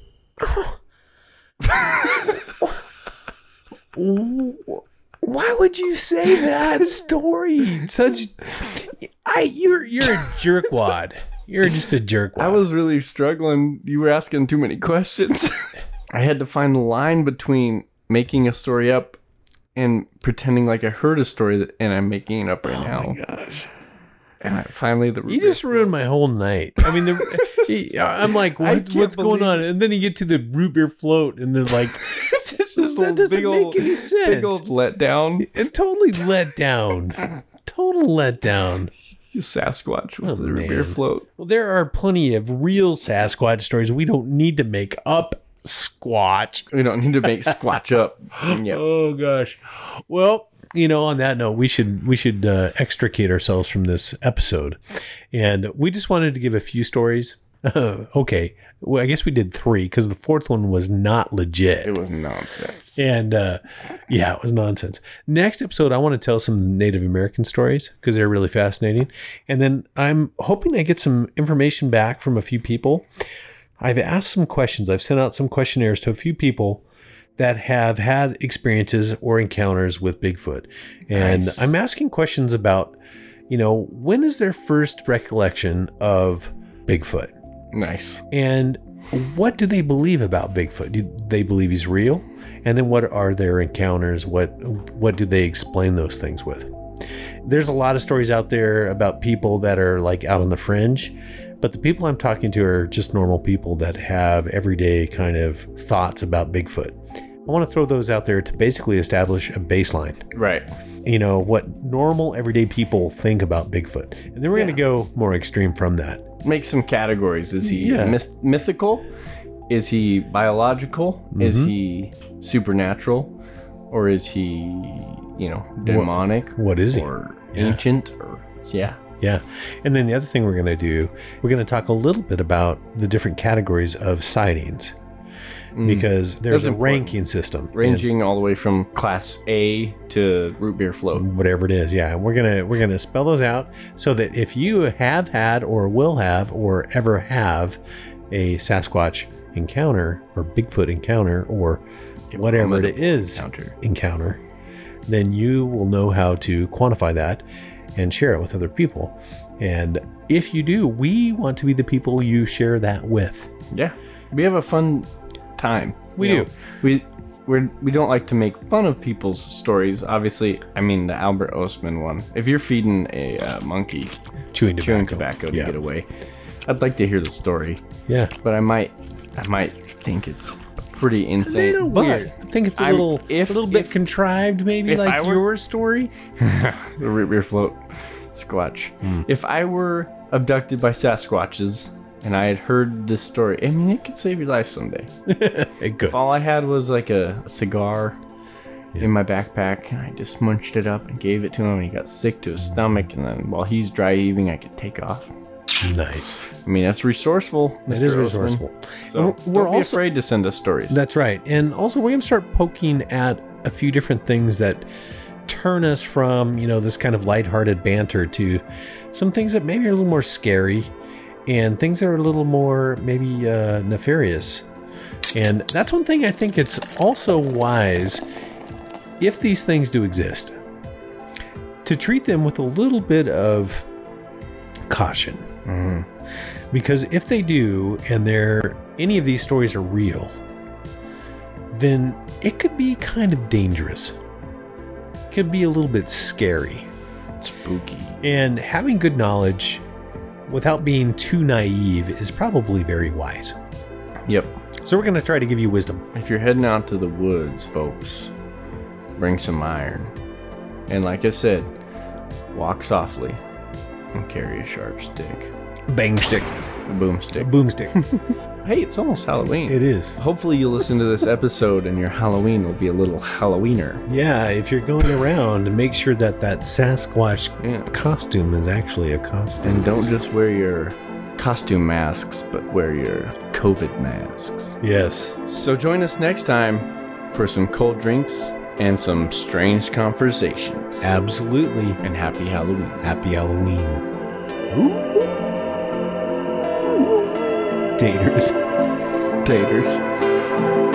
Speaker 2: Why would you say
Speaker 1: [LAUGHS]
Speaker 2: that story? Such I you're you're a jerkwad. You're just a jerkwad.
Speaker 1: I was really struggling. You were asking too many questions. [LAUGHS] I had to find the line between making a story up and pretending like I heard a story that, and I'm making it up right now. Oh my gosh. And I finally the
Speaker 2: You just ruined my whole night. I mean, the, I'm like, what,
Speaker 1: can't
Speaker 2: what's going
Speaker 1: believe
Speaker 2: on? And then you get to the root beer float, and then like,
Speaker 1: this is
Speaker 2: that doesn't make any sense.
Speaker 1: big old
Speaker 2: [LAUGHS]
Speaker 1: letdown.
Speaker 2: and totally let down. Total let down.
Speaker 1: Sasquatch with
Speaker 2: Oh,
Speaker 1: the root
Speaker 2: man.
Speaker 1: beer float.
Speaker 2: Well, there are plenty of real Sasquatch stories. We don't need to make up Squatch.
Speaker 1: We don't need to make Squatch up.
Speaker 2: [LAUGHS]
Speaker 1: Yep.
Speaker 2: Oh gosh. Well, you know, on that note, we should we should uh, extricate ourselves from this episode, and we just wanted to give a few stories. [LAUGHS] okay, well, I guess we did three because the fourth one was not legit.
Speaker 1: It was nonsense.
Speaker 2: And uh, yeah, it was nonsense. Next episode, I want to tell some Native American stories because they're really fascinating. And then I'm hoping I get some information back from a few people. I've asked some questions, I've sent out some questionnaires to a few people that have had experiences or encounters with Bigfoot. And
Speaker 1: Nice.
Speaker 2: I'm asking questions about, you know, when is their first recollection of Bigfoot?
Speaker 1: Nice.
Speaker 2: And what do they believe about Bigfoot? Do they believe he's real? And then what are their encounters? What what do they explain those things with? There's a lot of stories out there about people that are like out on the fringe, but the people I'm talking to are just normal people that have everyday kind of thoughts about Bigfoot. I want to throw those out there to basically establish a baseline
Speaker 1: Right.
Speaker 2: you know what normal everyday people think about Bigfoot. And then we're going to go more extreme from that.
Speaker 1: make some categories. Is he
Speaker 2: Yeah.
Speaker 1: myth- mythical? Is he biological? Is
Speaker 2: Mm-hmm.
Speaker 1: he supernatural? Or is he, you know, demonic?
Speaker 2: What is he?
Speaker 1: Or ancient? Or yeah.
Speaker 2: Yeah. And then the other thing we're going to do, we're going to talk a little bit about the different categories of sightings because there's
Speaker 1: Mm. That's
Speaker 2: a
Speaker 1: important.
Speaker 2: ranking system. and
Speaker 1: Ranging all the way from class A to root beer float.
Speaker 2: whatever it is. Yeah, and we're going to we're going to spell those out so that if you have had or will have or ever have a Sasquatch encounter or Bigfoot encounter or whatever it is
Speaker 1: Counter.
Speaker 2: encounter, then you will know how to quantify that and share it with other people. And if you do, we want to be the people you share that with.
Speaker 1: Yeah. We have a fun time.
Speaker 2: Mm-hmm. We
Speaker 1: you know.
Speaker 2: do.
Speaker 1: We we're, we don't like to make fun of people's stories. Obviously, I mean the Albert Osman one. If you're feeding a uh, monkey
Speaker 2: Chewing tobacco.
Speaker 1: chewing tobacco to
Speaker 2: yeah.
Speaker 1: get away, I'd like to hear the story.
Speaker 2: Yeah.
Speaker 1: but I might I might think it's pretty
Speaker 2: A little
Speaker 1: insane.
Speaker 2: weird. I think it's a
Speaker 1: I'm-
Speaker 2: little,
Speaker 1: if-
Speaker 2: a little bit
Speaker 1: if-
Speaker 2: contrived, maybe
Speaker 1: if
Speaker 2: like
Speaker 1: I were-
Speaker 2: your story.
Speaker 1: The [LAUGHS] root beer float, Squatch. If I were abducted by Sasquatches and I had heard this story, I mean, it could save your life someday.
Speaker 2: Eh, Good.
Speaker 1: If all I had was like a cigar in my backpack and I just munched it up and gave it to him and he got sick to his stomach and then while he's dry heaving, I could take off.
Speaker 2: Nice.
Speaker 1: I mean, that's resourceful.
Speaker 2: That
Speaker 1: Mr.
Speaker 2: is
Speaker 1: Osman.
Speaker 2: resourceful.
Speaker 1: So
Speaker 2: And we're
Speaker 1: we're don't be
Speaker 2: also-
Speaker 1: afraid to send us stories.
Speaker 2: That's right. And also, we're going to start poking at a few different things that turn us from, you know, this kind of lighthearted banter to some things that maybe are a little more scary and things that are a little more maybe uh, nefarious. And that's one thing I think it's also wise if these things do exist to treat them with a little bit of caution. Because if they do, and they're any of these stories are real, then it could be kind of dangerous. It could be a little bit scary.
Speaker 1: Spooky.
Speaker 2: And having good knowledge without being too naive is probably very wise.
Speaker 1: Yep.
Speaker 2: So we're going to try to give you wisdom.
Speaker 1: If you're heading out to the woods, folks, bring some iron. And like I said, walk softly and carry a sharp stick.
Speaker 2: Bang stick,
Speaker 1: Boomstick.
Speaker 2: [LAUGHS] boomstick.
Speaker 1: Hey, it's almost Halloween.
Speaker 2: it is.
Speaker 1: Hopefully, you listen to this episode and your Halloween will be a little Halloweener.
Speaker 2: Yeah, if you're going around, make sure that that Sasquatch
Speaker 1: Yeah.
Speaker 2: costume is actually a costume.
Speaker 1: And don't just wear your costume masks, but wear your COVID masks.
Speaker 2: Yes.
Speaker 1: So join us next time for some cold drinks and some strange conversations.
Speaker 2: Absolutely.
Speaker 1: And happy Halloween.
Speaker 2: Happy Halloween. Daters.
Speaker 1: Taters.